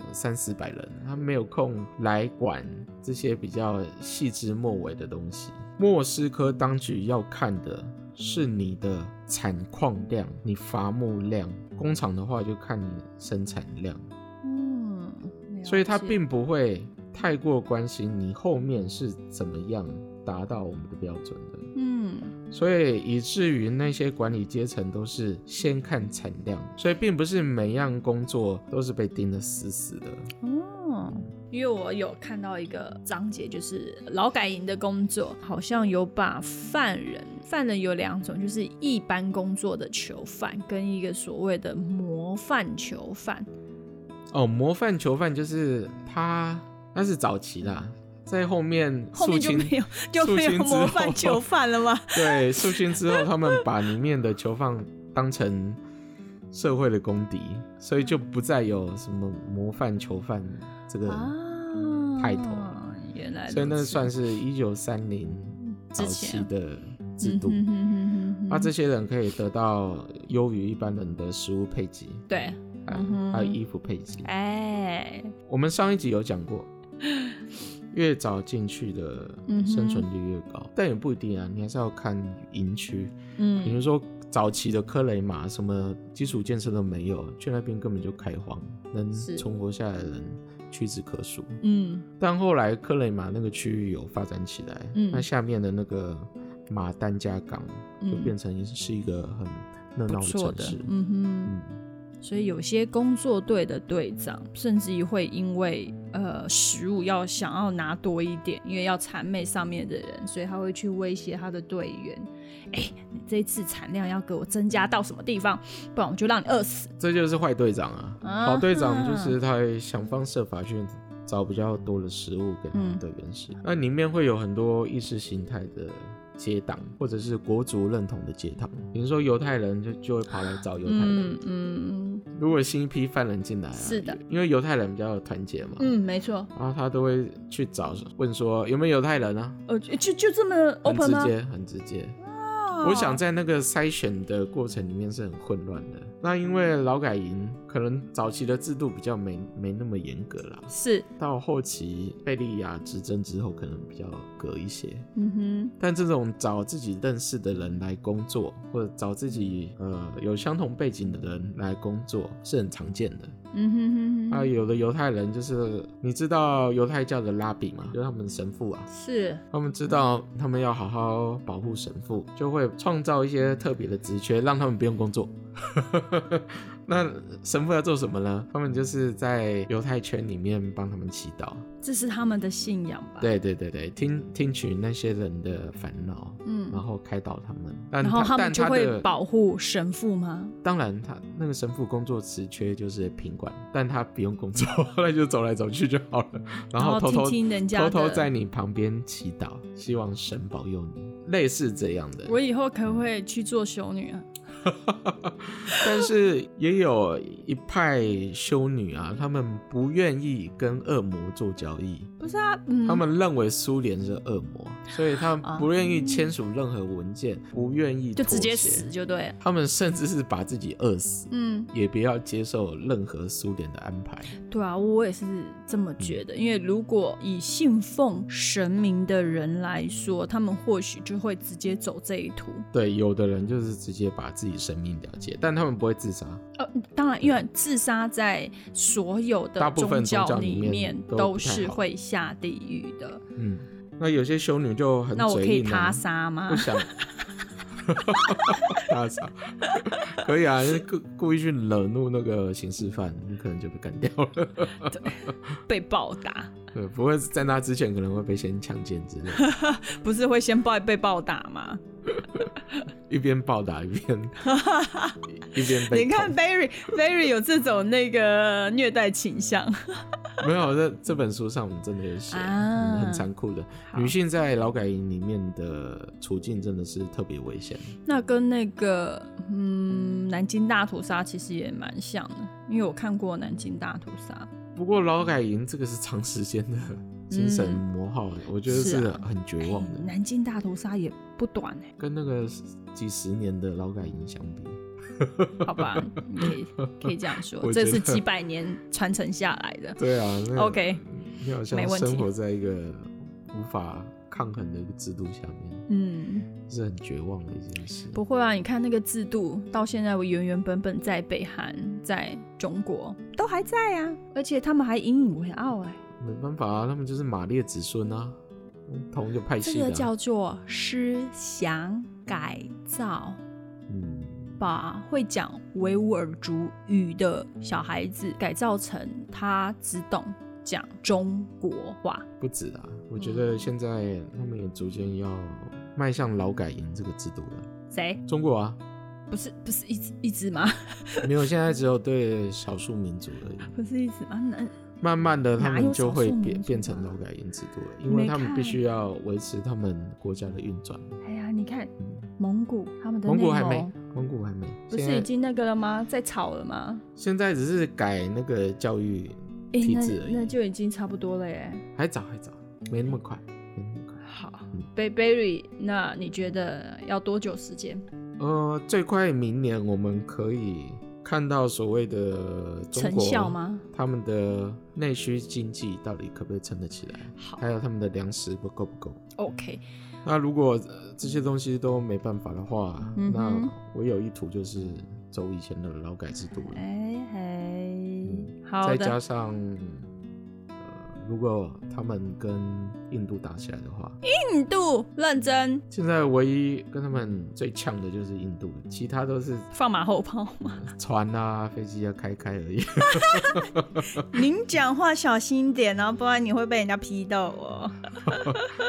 Speaker 2: 呃三四百人，他没有空来管这些比较细枝末尾的东西。莫斯科当局要看的是你的产矿量、你伐木量，工厂的话就看你生产量，
Speaker 1: 嗯，了
Speaker 2: 所以他
Speaker 1: 解
Speaker 2: 并不会。太过关心你后面是怎么样达到我们的标准的。
Speaker 1: 嗯，
Speaker 2: 所以以至于那些管理阶层都是先看产量，所以并不是每样工作都是被盯得死死的。
Speaker 1: 哦。因为我有看到一个章节，就是劳改营的工作，好像有把犯人，犯人有两种，就是一般工作的囚犯跟一个所谓的模范囚犯。
Speaker 2: 哦，模范囚犯就是他，那是早期啦，在后面
Speaker 1: 后面
Speaker 2: 肃
Speaker 1: 就
Speaker 2: 清
Speaker 1: 没有就
Speaker 2: 肃
Speaker 1: 没有
Speaker 2: 清之
Speaker 1: 模范
Speaker 2: 后
Speaker 1: 囚犯了吗？
Speaker 2: 对，肃清之后，他们把里面的囚犯当成社会的公敌，所以就不再有什么模范囚犯这个，
Speaker 1: 啊
Speaker 2: 派头
Speaker 1: 原来如此，
Speaker 2: 所以那算是一九三零早
Speaker 1: 之
Speaker 2: 期
Speaker 1: 前
Speaker 2: 的制度。
Speaker 1: 嗯哼哼哼哼哼
Speaker 2: 那、这些人可以得到优于一般人的食物配给，
Speaker 1: 对，
Speaker 2: 啊
Speaker 1: 嗯哼
Speaker 2: 还有衣服配给。
Speaker 1: 哎，
Speaker 2: 我们上一集有讲
Speaker 1: [LAUGHS]
Speaker 2: 过，越早进去的
Speaker 1: 嗯哼
Speaker 2: 生存率越高，但也不一定啊，你还是要看营区。比如
Speaker 1: 嗯，
Speaker 2: 说早期的科雷玛，什么基础建设都没有，去那边根本就开荒，能
Speaker 1: 是
Speaker 2: 存活下来的人屈指可数。
Speaker 1: 嗯，
Speaker 2: 但后来科雷玛那个区域有发展起来，
Speaker 1: 嗯
Speaker 2: 那下面的那个马丹加港就
Speaker 1: 嗯
Speaker 2: 变成是一个很热
Speaker 1: 不
Speaker 2: 闹
Speaker 1: 错
Speaker 2: 城
Speaker 1: 的
Speaker 2: 市。，
Speaker 1: 嗯哼。
Speaker 2: 嗯
Speaker 1: 所以有些工作队的队长，甚至于会因为呃食物要想要拿多一点，因为要谄媚上面的人，所以他会去威胁他的队员：“哎、你这次产量要给我增加到什么地方，不然我就让你饿死。
Speaker 2: 这就是坏队长啊！
Speaker 1: 啊
Speaker 2: 好队长就是他会想方设法去找比较多的食物给他
Speaker 1: 嗯
Speaker 2: 们队员吃。那里面会有很多意识形态的结党，或者是国族认同的结党。比如说犹太人就就会跑来找犹太人。
Speaker 1: 嗯”嗯嗯
Speaker 2: 如果新一批犯人进来、啊，
Speaker 1: 是的，
Speaker 2: 因为犹太人比较有团结嘛，，
Speaker 1: 嗯，没错。
Speaker 2: 然后他都会去找问说有没有犹太人啊，
Speaker 1: 呃，就就就这么
Speaker 2: 很
Speaker 1: open
Speaker 2: 直
Speaker 1: 吗？
Speaker 2: 接，很直接。我想在那个筛选的过程里面是很混乱的。那因为劳改营可能早期的制度比较没没那么严格啦，
Speaker 1: 是，
Speaker 2: 到后期贝利亚执政之后可能比较格一些。
Speaker 1: 嗯
Speaker 2: 但这种找自己认识的人来工作，或者找自己呃有相同背景的人来工作是很常见的。
Speaker 1: 哼，嗯哼哼
Speaker 2: 啊，
Speaker 1: 哼，
Speaker 2: 有的犹太人就是你知道犹太教的拉比嘛，就是他们神父啊，
Speaker 1: 是，
Speaker 2: 他们知道他们要好好保护神父，就会创造一些特别的职缺，让他们不用工作。 [LAUGHS] 那神父要做什么呢？他们就是在犹太圈里面帮他们祈祷。
Speaker 1: 这是他们的信仰吧？，
Speaker 2: 对对对对，听听取那些人的烦恼，
Speaker 1: 嗯
Speaker 2: 然，后开导他们。但
Speaker 1: 然后
Speaker 2: 他
Speaker 1: 们
Speaker 2: 但
Speaker 1: 就
Speaker 2: 他
Speaker 1: 会
Speaker 2: 的
Speaker 1: 保护神父吗？
Speaker 2: 当然他那个神父工作职缺就是品管，但他不用工作， [LAUGHS] 那就走来走去就好了，然后偷偷
Speaker 1: 听听人家
Speaker 2: 偷偷
Speaker 1: 的
Speaker 2: 在你旁边祈祷，希望神保佑你，类似这样的。
Speaker 1: 我以后可不可以去做修女啊？
Speaker 2: 但是也有一派修女啊，他们不愿意跟恶魔做交易，
Speaker 1: 不是啊，嗯，
Speaker 2: 他们认为苏联是恶魔，所以他们不愿意签署任何文件，不愿意
Speaker 1: 啊就直接
Speaker 2: 妥协
Speaker 1: 死，就对了。
Speaker 2: 他们甚至是把自己饿死。
Speaker 1: 嗯，
Speaker 2: 也不要接受任何苏联的安排。
Speaker 1: 对啊，我也是这么觉得。因为如果以信奉神明的人来说，他们或许就会直接走这一途。
Speaker 2: 对，有的人就是直接把自己生命了结，但他们不会自杀。
Speaker 1: 呃，当然，因为自杀在所有的
Speaker 2: 大部分
Speaker 1: 教
Speaker 2: 宗教
Speaker 1: 里
Speaker 2: 里面都
Speaker 1: 都
Speaker 2: 不太
Speaker 1: 是
Speaker 2: 好
Speaker 1: 会下地狱的。
Speaker 2: 嗯，那有些修女就很
Speaker 1: 那我可
Speaker 2: 嘴
Speaker 1: 以
Speaker 2: 硬啊 [LAUGHS]
Speaker 1: 他杀吗 [LAUGHS]
Speaker 2: 不？想大傻，可以啊，故故意去惹怒那个刑事犯，你可能就被干掉了。
Speaker 1: 被暴打，
Speaker 2: 对，不会在那之前可能会被先强奸之类的，
Speaker 1: 不是会先被被暴打吗？
Speaker 2: 一边暴打一
Speaker 1: [LAUGHS]
Speaker 2: 边一边被
Speaker 1: 你看
Speaker 2: 捅
Speaker 1: Barry Barry 有这种那个虐待倾向。
Speaker 2: 没有这这本书上我们真的有写、
Speaker 1: 啊
Speaker 2: 嗯很残酷的
Speaker 1: 好
Speaker 2: [LAUGHS] 女性在劳改营里面的处境真的是特别危险。
Speaker 1: 那跟那个嗯南京大屠杀其实也蛮像的，因为我看过南京大屠杀。
Speaker 2: 不过劳改营这个是长时间的精神
Speaker 1: 嗯
Speaker 2: 磨耗，我觉得
Speaker 1: 是
Speaker 2: 是
Speaker 1: 啊
Speaker 2: 很绝望的。
Speaker 1: 哎南京大屠杀也不短哎、
Speaker 2: 跟那个几十年的劳改营相比，
Speaker 1: 好吧，你可以可以这样说，
Speaker 2: [LAUGHS] 我觉
Speaker 1: 这
Speaker 2: 得
Speaker 1: 是几百年传承下来的。
Speaker 2: 对啊、那
Speaker 1: OK，
Speaker 2: 你好
Speaker 1: 没
Speaker 2: 像
Speaker 1: 问题
Speaker 2: 生活在一个无法抗衡的一个制度下面，
Speaker 1: 嗯，
Speaker 2: 是很绝望的一件事。
Speaker 1: 不会啊，你看那个制度到现在，我原原本本在北韩、在中国都还在啊，而且他们还引以为傲哎、
Speaker 2: 没办法啊，他们就是马列子孙啊，同一个派
Speaker 1: 这
Speaker 2: 系的、
Speaker 1: 个
Speaker 2: 啊。
Speaker 1: 叫做思想改造
Speaker 2: 嗯，
Speaker 1: 把会讲维吾尔族语的小孩子改造成他只懂讲中国话。
Speaker 2: 不止啦，我觉得现在他们也逐渐要迈向劳改营这个制度了。
Speaker 1: 谁？
Speaker 2: 中国啊，
Speaker 1: 不是不是一只一只吗？ [LAUGHS]
Speaker 2: 没有，现在只有对少数民族而已。
Speaker 1: 不是一只吗？那
Speaker 2: 慢慢的，他
Speaker 1: 哪有
Speaker 2: 们就
Speaker 1: 少
Speaker 2: 会
Speaker 1: 数
Speaker 2: 变
Speaker 1: 民族
Speaker 2: 变成
Speaker 1: 啊
Speaker 2: 劳改营制度了，因
Speaker 1: 你
Speaker 2: 为
Speaker 1: 没
Speaker 2: 他们必
Speaker 1: 看
Speaker 2: 须要维持他们国家的运转。
Speaker 1: 哎呀，你看蒙古他们的
Speaker 2: 蒙古
Speaker 1: 内
Speaker 2: 还没
Speaker 1: 容，
Speaker 2: 蒙古还没，
Speaker 1: 哦不
Speaker 2: 现
Speaker 1: 是
Speaker 2: 在
Speaker 1: 已经那个了吗？在吵了吗？
Speaker 2: 现在只是改那个教育
Speaker 1: 哎、
Speaker 2: 体
Speaker 1: 那
Speaker 2: 制而已，
Speaker 1: 那就已经差不多了耶。
Speaker 2: 还早还早，没那么快，没那么快。
Speaker 1: 好
Speaker 2: 嗯
Speaker 1: ，Bay Berry，那你觉得要多久时间？
Speaker 2: 呃，最快明年我们可以看到所谓的中
Speaker 1: 成
Speaker 2: 国
Speaker 1: 效？吗？
Speaker 2: 他们的内需经济到底可不可以撑得起来？
Speaker 1: 好
Speaker 2: 还有他们的粮食不够不够？
Speaker 1: ，OK，
Speaker 2: 那如果、呃这些东西都没办法的话，
Speaker 1: 嗯哼
Speaker 2: 那我有一图就是走以前的劳改制度了。
Speaker 1: 哎
Speaker 2: 嗯
Speaker 1: 嘿，好
Speaker 2: 再加
Speaker 1: 的，
Speaker 2: 上，呃，如果他们跟印度打起来的话，
Speaker 1: 印度认真
Speaker 2: 现在唯一跟他们最呛的就是印度了，其他都是
Speaker 1: 放马后炮吗？
Speaker 2: 船啊、飞机啊开开而已。 [LAUGHS]
Speaker 1: 您讲话小心点哦，不然你会被人家批斗哦。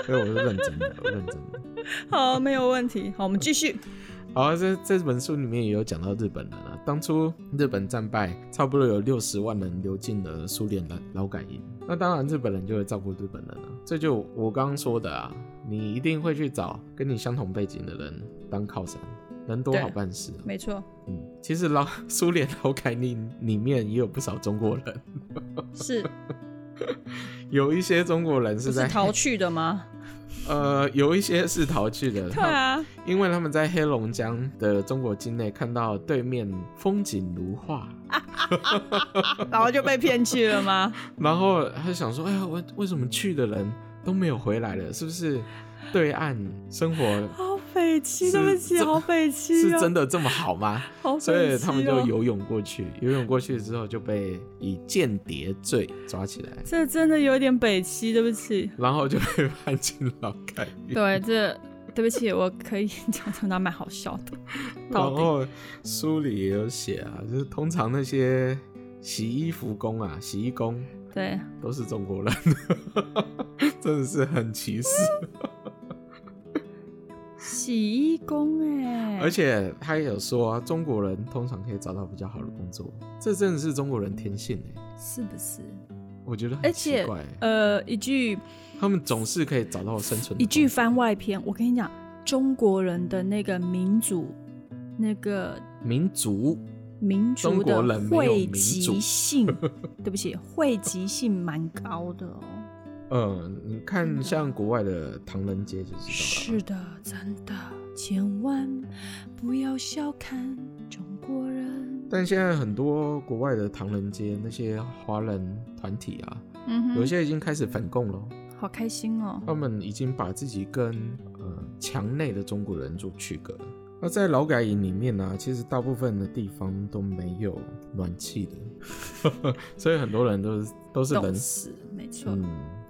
Speaker 2: 所以我是认真的，我认真的。
Speaker 1: 好，没有问题。好，我们继续。
Speaker 2: 好，啊这这本书里面也有讲到日本人啊，当初日本战败，差不多有六十万人流进了苏联的劳改营。那当然，日本人就会照顾日本人啊，这就我刚刚说的啊，你一定会去找跟你相同背景的人当靠山，人多
Speaker 1: 对
Speaker 2: 好办事、啊。
Speaker 1: 没错，
Speaker 2: 嗯，其实劳 [LAUGHS] 苏联劳改营里面也有不少中国人，
Speaker 1: 是
Speaker 2: 有一些中国人
Speaker 1: 不
Speaker 2: 是在
Speaker 1: 是逃去的吗？
Speaker 2: 呃，有一些是逃去的，
Speaker 1: 对啊，
Speaker 2: 因为他们在黑龙江的中国境内看到对面风景如画，
Speaker 1: 然后就被骗去了吗？
Speaker 2: 然后他就想说，哎呀，我为什么去的人都没有回来了？是不是对岸生
Speaker 1: [LAUGHS]
Speaker 2: 活
Speaker 1: 好匪气，
Speaker 2: 是
Speaker 1: 对不起，
Speaker 2: 这
Speaker 1: 好匪气
Speaker 2: 是
Speaker 1: 哦，
Speaker 2: 真的这么好吗？
Speaker 1: [LAUGHS] 好
Speaker 2: 所以
Speaker 1: 匪气
Speaker 2: 他们就
Speaker 1: 哦。
Speaker 2: 游泳过去，游泳过去之后就被以间谍罪抓起来，
Speaker 1: 这真的有点北欺，对不起。
Speaker 2: 然后就被判进劳改营。
Speaker 1: 对，这对不起，我可以讲成他蛮好笑 [LAUGHS] 的。
Speaker 2: 然
Speaker 1: 到底
Speaker 2: 后书里也有写啊，就是通常那些洗衣服工啊，洗衣工
Speaker 1: 对，
Speaker 2: 都是中国人，真的 [LAUGHS] 是很歧视。
Speaker 1: 洗衣工哎、
Speaker 2: 而且他也有说、啊，中国人通常可以找到比较好的工作，这真的是中国人天性哎、
Speaker 1: 是不是？
Speaker 2: 我觉得很
Speaker 1: 而
Speaker 2: 奇
Speaker 1: 且
Speaker 2: 怪、欸，
Speaker 1: 呃，一句
Speaker 2: 他们总是可以找到生存的
Speaker 1: 一句
Speaker 2: 方法
Speaker 1: 番外篇，我跟你讲，中国人的那个民主，那个
Speaker 2: 民族
Speaker 1: 民
Speaker 2: 中
Speaker 1: 族
Speaker 2: 国
Speaker 1: 的
Speaker 2: 人没有
Speaker 1: 汇
Speaker 2: 民主
Speaker 1: 集性， [LAUGHS] 对不起，汇集性蛮高的哦。
Speaker 2: 嗯，你
Speaker 1: 真
Speaker 2: 看
Speaker 1: 的
Speaker 2: 像国外的唐人街就知道了
Speaker 1: 是
Speaker 2: 啊。
Speaker 1: 的，真的，千万不要小看中国人。
Speaker 2: 但现在很多国外的唐人街那些华人团体啊，
Speaker 1: 嗯哼，
Speaker 2: 有些已经开始反共了哦，
Speaker 1: 好开心哦。
Speaker 2: 他们已经把自己跟呃墙内的中国人做区隔了。那在劳改营里面呢、其实大部分的地方都没有暖气的， [LAUGHS] 所以很多人都是都是
Speaker 1: 冻
Speaker 2: 冷死。
Speaker 1: 死，没错，
Speaker 2: 嗯，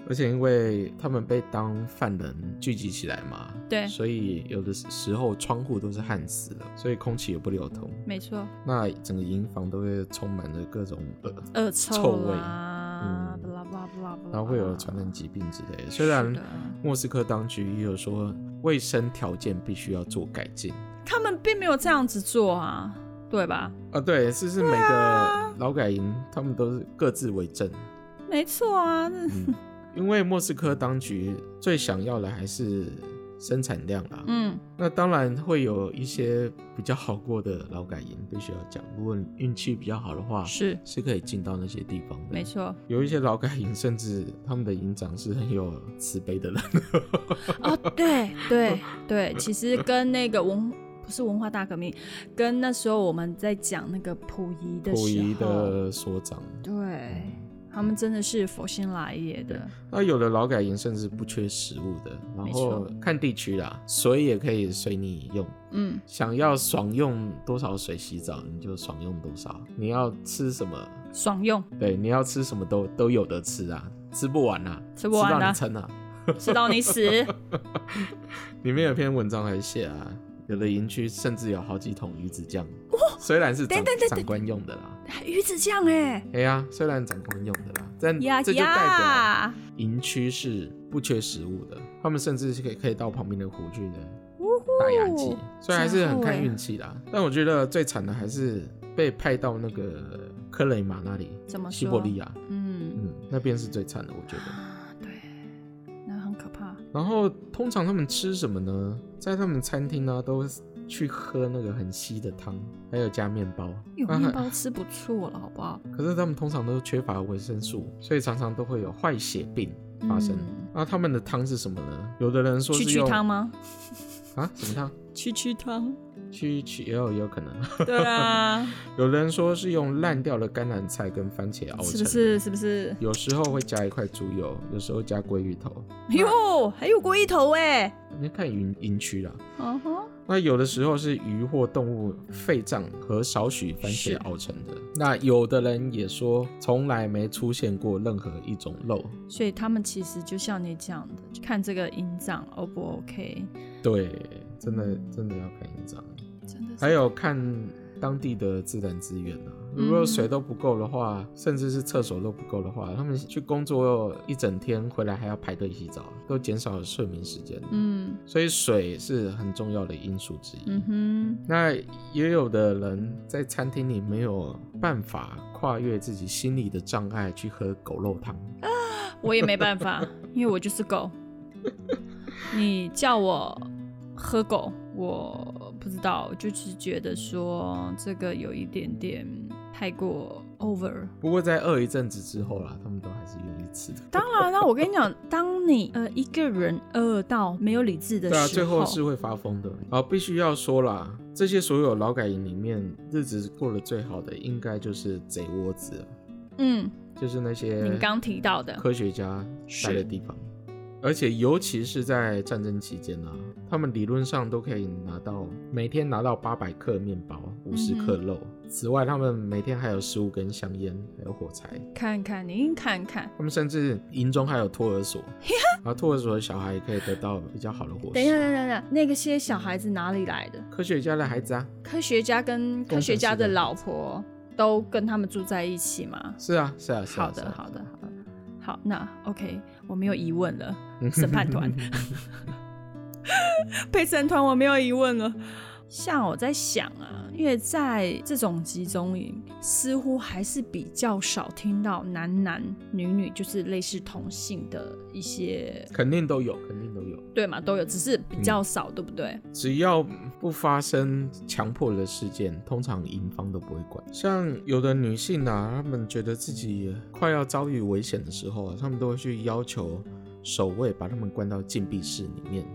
Speaker 2: 而且因为他们被当犯人聚集起来嘛，
Speaker 1: 对
Speaker 2: 所以有的时候窗户都是焊死的，所以空气也不流通，
Speaker 1: 没错，
Speaker 2: 那整个营房都会充满了各种呃，
Speaker 1: 恶
Speaker 2: 臭
Speaker 1: 臭啊
Speaker 2: 味
Speaker 1: 啦，
Speaker 2: 嗯
Speaker 1: 不啦不啦不啦不啦，
Speaker 2: 然后会有传染疾病之类的。
Speaker 1: 是
Speaker 2: 虽然
Speaker 1: 的
Speaker 2: 莫斯科当局也有说，卫生条件必须要做改进
Speaker 1: 他们并没有这样子做啊，对吧？
Speaker 2: 啊。对，是不是每个劳改营他们都是各自为 [LAUGHS] 政？
Speaker 1: 没错啊，那
Speaker 2: 嗯，因为莫斯科当局最想要的还是生产量啦。
Speaker 1: 嗯，
Speaker 2: 那当然会有一些比较好过的劳改营，必须要讲。如果你运气比较好的话，
Speaker 1: 是
Speaker 2: 是可以进到那些地方的
Speaker 1: 没。错
Speaker 2: 有一些劳改营，甚至他们的营长是很有慈悲的人。
Speaker 1: 哦，对对对，其实跟那个文不是文化大革命，跟那时候我们在讲那个溥仪的
Speaker 2: 溥
Speaker 1: 时
Speaker 2: 仪
Speaker 1: 候，
Speaker 2: 的所长，
Speaker 1: 对他们真的是佛心来也的，
Speaker 2: 那有的劳改营甚至不缺食物的，然
Speaker 1: 没
Speaker 2: 后
Speaker 1: 错
Speaker 2: 看地区啦，水也可以随你用，
Speaker 1: 嗯，
Speaker 2: 想要爽用多少水洗澡你就爽用多少，你要吃什么，
Speaker 1: 爽用，
Speaker 2: 对，你要吃什么都都有的吃啊，吃不完啊，
Speaker 1: 吃不完啊
Speaker 2: 到你撑啊。
Speaker 1: 吃到你死。
Speaker 2: 里面有篇文章还写啊，有的营区甚至有好几桶鱼子酱，虽然是长
Speaker 1: 等等等等
Speaker 2: 长官用的啦，
Speaker 1: 啊鱼子酱哎、
Speaker 2: 哎呀，虽然长官用的啦，但
Speaker 1: 呀
Speaker 2: 嗯这就代表
Speaker 1: 呀，
Speaker 2: 营区是不缺食物的，他们甚至是可以可以到旁边的湖去的打牙祭，所以还是很看
Speaker 1: 哦
Speaker 2: 运气啦。但我觉得最惨的还是被派到那个科雷玛那里，
Speaker 1: 怎么说
Speaker 2: 西伯利亚，
Speaker 1: 嗯，
Speaker 2: 嗯，那边是最惨的，我觉得。
Speaker 1: 啊对，那很可怕。
Speaker 2: 然后通常他们吃什么呢？在他们餐厅呢、都去喝那个很稀的汤，还有加面包。
Speaker 1: 有
Speaker 2: 啊
Speaker 1: 面包吃不错了，好不
Speaker 2: [LAUGHS]
Speaker 1: 好？
Speaker 2: 可是他们通常都缺乏维生素，所以常常都会有坏血病发生。
Speaker 1: 嗯
Speaker 2: 那他们的汤是什么呢？有的人说
Speaker 1: 去
Speaker 2: 是
Speaker 1: 去
Speaker 2: 用
Speaker 1: 汤吗？
Speaker 2: 啊，什么汤？
Speaker 1: 去去
Speaker 2: [LAUGHS]
Speaker 1: 汤，
Speaker 2: 去去也有也有可能。 [LAUGHS]
Speaker 1: 对啊，
Speaker 2: 有的人说是用烂掉的橄榄菜跟番茄熬成，
Speaker 1: 是不？是？是不是？
Speaker 2: 有时候会加一块猪油，有时候加鲑鱼头。
Speaker 1: 哎呦，还有过一头哎、
Speaker 2: 你看营营区啦，
Speaker 1: 嗯哼，
Speaker 2: 那有的时候是鱼或动物肺脏和少许番
Speaker 1: 是
Speaker 2: 茄熬成的。那有的人也说，从来没出现过任何一种肉。
Speaker 1: 所以他们其实就像你讲的，就看这个营长 O 不 OK，
Speaker 2: 对，真的真的要看印章，
Speaker 1: 真的是
Speaker 2: 还有看当地的自然资源啊。
Speaker 1: 嗯
Speaker 2: 如果水都不够的话，甚至是厕所都不够的话，他们去工作一整天回来还要排队洗澡，都减少了睡眠时间。
Speaker 1: 嗯
Speaker 2: 所以水是很重要的因素之一。
Speaker 1: 嗯哼，
Speaker 2: 那也有的人在餐厅里没有办法跨越自己心理的障碍去喝狗肉汤，
Speaker 1: 我也没办
Speaker 2: [LAUGHS]
Speaker 1: 法，因为我就是狗。你叫我喝狗，我不知道，就是觉得说这个有一点点太过 over。
Speaker 2: 不过在饿一阵子之后啦，他们都还是愿意吃的。
Speaker 1: 当然啦，我跟你
Speaker 2: [LAUGHS]
Speaker 1: 讲，当你呃一个人饿到没有理智的时
Speaker 2: 对
Speaker 1: 候，
Speaker 2: 啊，最后是会发疯的。啊，必须要说啦，这些所有劳改营里面，日子过得最好的应该就是贼窝子了，
Speaker 1: 嗯，
Speaker 2: 就是那些
Speaker 1: 你刚提到的，
Speaker 2: 科学家待的地方。而且尤其是在战争期间啊，他们理论上都可以拿到每天拿到八百克面包、五十
Speaker 1: 嗯
Speaker 2: 克肉。此外，他们每天还有十五根香烟，还有火柴。
Speaker 1: 看看您看看，
Speaker 2: 他们甚至营中还有托
Speaker 1: [LAUGHS]
Speaker 2: 儿所，然后托儿所的小孩可以得到比较好的伙
Speaker 1: 等一下，
Speaker 2: 食。
Speaker 1: 等一下，等一下，那个些小孩子哪里来的？
Speaker 2: 科学家的孩子啊，
Speaker 1: 科学家跟科学家的老婆都跟他们住在一起吗？
Speaker 2: 是啊，是啊，是啊
Speaker 1: 好
Speaker 2: 是
Speaker 1: 的，
Speaker 2: 啊
Speaker 1: 好的，好的，好，那 OK，我没有疑问了。
Speaker 2: [LAUGHS] 嗯
Speaker 1: 审判团， [LAUGHS] 陪审团我没有疑问了。像我在想啊，因为在这种集中营，似乎还是比较少听到男男女女，就是类似同性的一些，
Speaker 2: 肯定都有，肯定都有。
Speaker 1: 对嘛，都有，只是
Speaker 2: 嗯
Speaker 1: 比较少，对不对？
Speaker 2: 只要不发生强迫的事件，通常营方都不会管。像有的女性啊，她们觉得自己快要遭遇危险的时候啊，她们都会去要求守卫把她们关到禁闭室里面。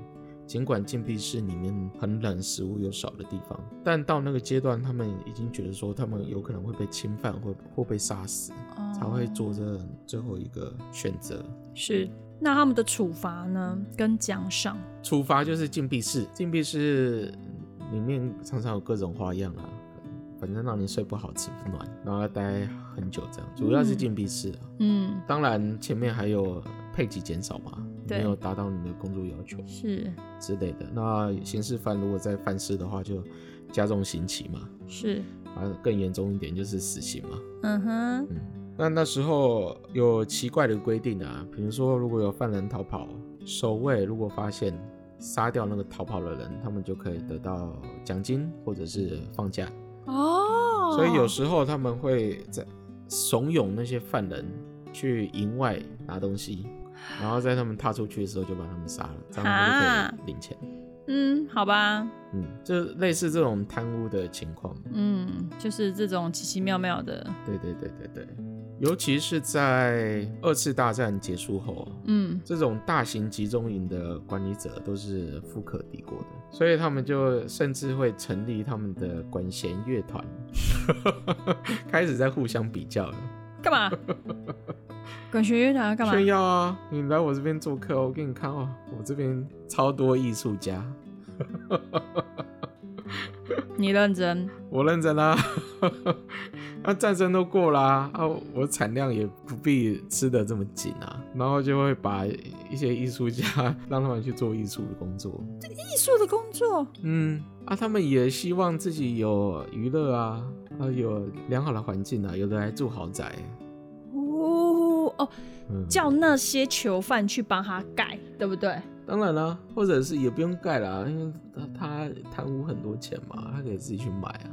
Speaker 2: 尽管禁闭室里面很冷，食物又少的地方，但到那个阶段，她们已经觉得说，她们有可能会被侵犯，会会被杀死，
Speaker 1: 哦
Speaker 2: 才会做这最后一个选择。
Speaker 1: 是。那他们的处罚呢？跟奖赏
Speaker 2: 处罚就是禁闭室，禁闭室里面常常有各种花样啊，反正让你睡不好、吃不暖，然后要待很久这样，主要是禁闭室啊。
Speaker 1: 嗯，
Speaker 2: 当然前面还有配给减少嘛，
Speaker 1: 对
Speaker 2: 没有达到你的工作要求
Speaker 1: 是
Speaker 2: 之类的。那刑事犯如果再犯事的话，就加重刑期嘛，
Speaker 1: 是，
Speaker 2: 啊，更严重一点就是死刑嘛。
Speaker 1: 嗯哼，
Speaker 2: 那那时候有奇怪的规定啊，比如说如果有犯人逃跑，守卫如果发现杀掉那个逃跑的人，他们就可以得到奖金或者是放假。
Speaker 1: 哦，
Speaker 2: 所以有时候他们会在怂恿那些犯人去营外拿东西，然后在他们踏出去的时候就把他们杀了，这样他们就可以领钱。
Speaker 1: 嗯，好吧，
Speaker 2: 嗯，就类似这种贪污的情况。
Speaker 1: 嗯，就是这种奇奇妙妙的，
Speaker 2: 对对对对对，尤其是在二次大战结束后，啊
Speaker 1: 嗯，
Speaker 2: 这种大型集中营的管理者都是富可敌国的，所以他们就甚至会成立他们的管弦乐 [LAUGHS] 团，开始在互相比较了，
Speaker 1: 干 [LAUGHS] 嘛？管弦乐团要干嘛？
Speaker 2: 炫耀啊！你来我这边做客哦，我给你看哦，我这边超多艺术家，
Speaker 1: 你认真？
Speaker 2: [LAUGHS] 我认真啦、那、啊战争都过啦，啊，我产量也不必吃的这么紧啊，然后就会把一些艺术家 [LAUGHS] 让他们去做艺术的工作，
Speaker 1: 艺术的工作，
Speaker 2: 嗯，啊，他们也希望自己有娱乐啊，啊，有良好的环境啊，有的还住豪宅，
Speaker 1: 哦哦，
Speaker 2: 嗯，
Speaker 1: 叫那些囚犯去帮他盖，对不对？
Speaker 2: 当然啦，或者是也不用盖啦，因为他他贪污很多钱嘛，他可以自己去买啊。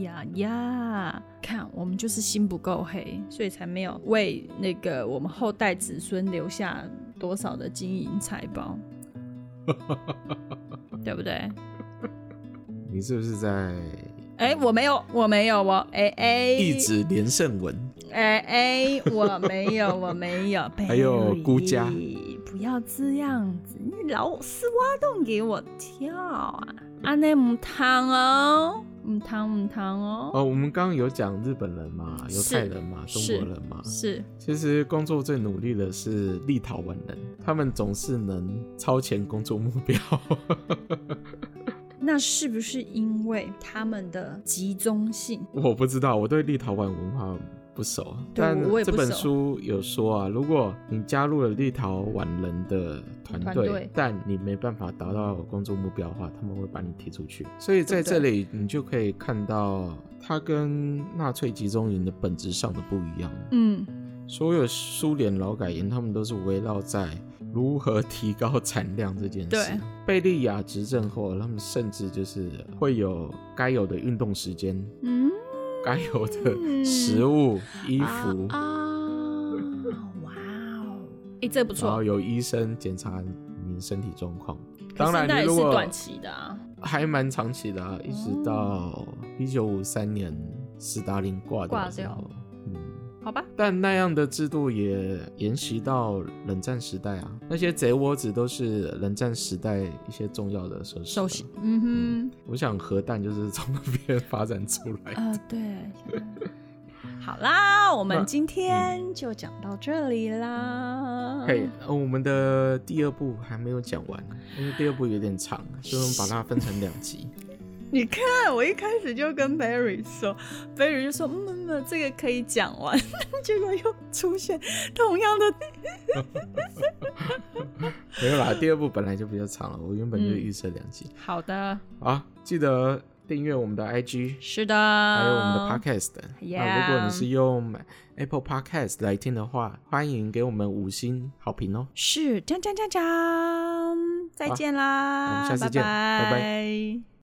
Speaker 1: 呀呀，看我们就是心不够黑，所以才没有为那个我们后代子孙留下多少的金银财 [LAUGHS] 宝，对不对？
Speaker 2: 你是不是在
Speaker 1: 哎，我没有，我没有，我哎哎，
Speaker 2: 一指连胜文？
Speaker 1: 哎哎，我没有，我没有。
Speaker 2: [LAUGHS] 还有孤家
Speaker 1: Barry，不要这样子，你老是挖洞给我跳啊！安内母汤哦，母汤母汤哦，
Speaker 2: 哦，我们刚刚有讲日本人嘛、犹太人嘛、中
Speaker 1: 是
Speaker 2: 国人嘛。
Speaker 1: 是
Speaker 2: 其实工作最努力的是立陶宛人，他们总是能超前工作目标。 [LAUGHS]
Speaker 1: 那是不是因为他们的集中性？
Speaker 2: [LAUGHS] 我不知道，我对立陶宛文化不熟，
Speaker 1: 对
Speaker 2: 但
Speaker 1: 我也不
Speaker 2: 这本
Speaker 1: 熟
Speaker 2: 书有说啊，如果你加入了立陶宛人的团
Speaker 1: 团
Speaker 2: 队
Speaker 1: 队，
Speaker 2: 但你没办法达到工作目标的话，他们会把你踢出去。所以在
Speaker 1: 对
Speaker 2: 这
Speaker 1: 不对
Speaker 2: 里，你就可以看到它跟纳粹集中营的本质上的不一样。
Speaker 1: 嗯，
Speaker 2: 所有苏联劳改营，他们都是围绕在如何提高产量这件
Speaker 1: 对
Speaker 2: 事。贝利亚执政后，他们甚至就是会有该有的运动时间，
Speaker 1: 嗯，
Speaker 2: 该有的食物、衣服，
Speaker 1: 啊啊，哇哦，哎，这不
Speaker 2: 然后
Speaker 1: 错。
Speaker 2: 有医生检查您身体状况。
Speaker 1: 可
Speaker 2: 当
Speaker 1: 是
Speaker 2: 然，
Speaker 1: 那
Speaker 2: 你
Speaker 1: 也
Speaker 2: 如
Speaker 1: 是
Speaker 2: 果
Speaker 1: 短期的啊。
Speaker 2: 还蛮长期的、啊，一直到一九五三年斯大林挂掉
Speaker 1: 挂
Speaker 2: 之
Speaker 1: 掉
Speaker 2: 后，嗯。
Speaker 1: 好吧，
Speaker 2: 但那样的制度也沿袭到冷战时代啊，那些贼窝子都是冷战时代一些重要的设施啊。
Speaker 1: 首席，嗯哼。
Speaker 2: 我想核弹就是从那边发展出来。
Speaker 1: 呃， [LAUGHS] 对。好啦，我们今天就讲到这里啦。
Speaker 2: 嘿、呃我们的第二部还没有讲完，因为第二部有点长，所以我们把它分成两集。
Speaker 1: 你看，我一开始就跟 Barry 说，Barry 就说，嗯嗯嗯，这个可以讲完， [LAUGHS] 结果又出现同样的，
Speaker 2: 没有啦，第二部本来就比较长了，我原本就预设两集。
Speaker 1: 好的，
Speaker 2: 好，记得订阅我们的 IG，
Speaker 1: 是的，
Speaker 2: 还
Speaker 1: 还
Speaker 2: 有我们的 Podcast。那、
Speaker 1: 嗯 Yeah
Speaker 2: 如果你是用 Apple Podcast 来听的话，欢迎给我们五星好评哦。
Speaker 1: 是，锵锵锵锵，再见
Speaker 2: 我
Speaker 1: 啦，
Speaker 2: 们下次见拜
Speaker 1: 拜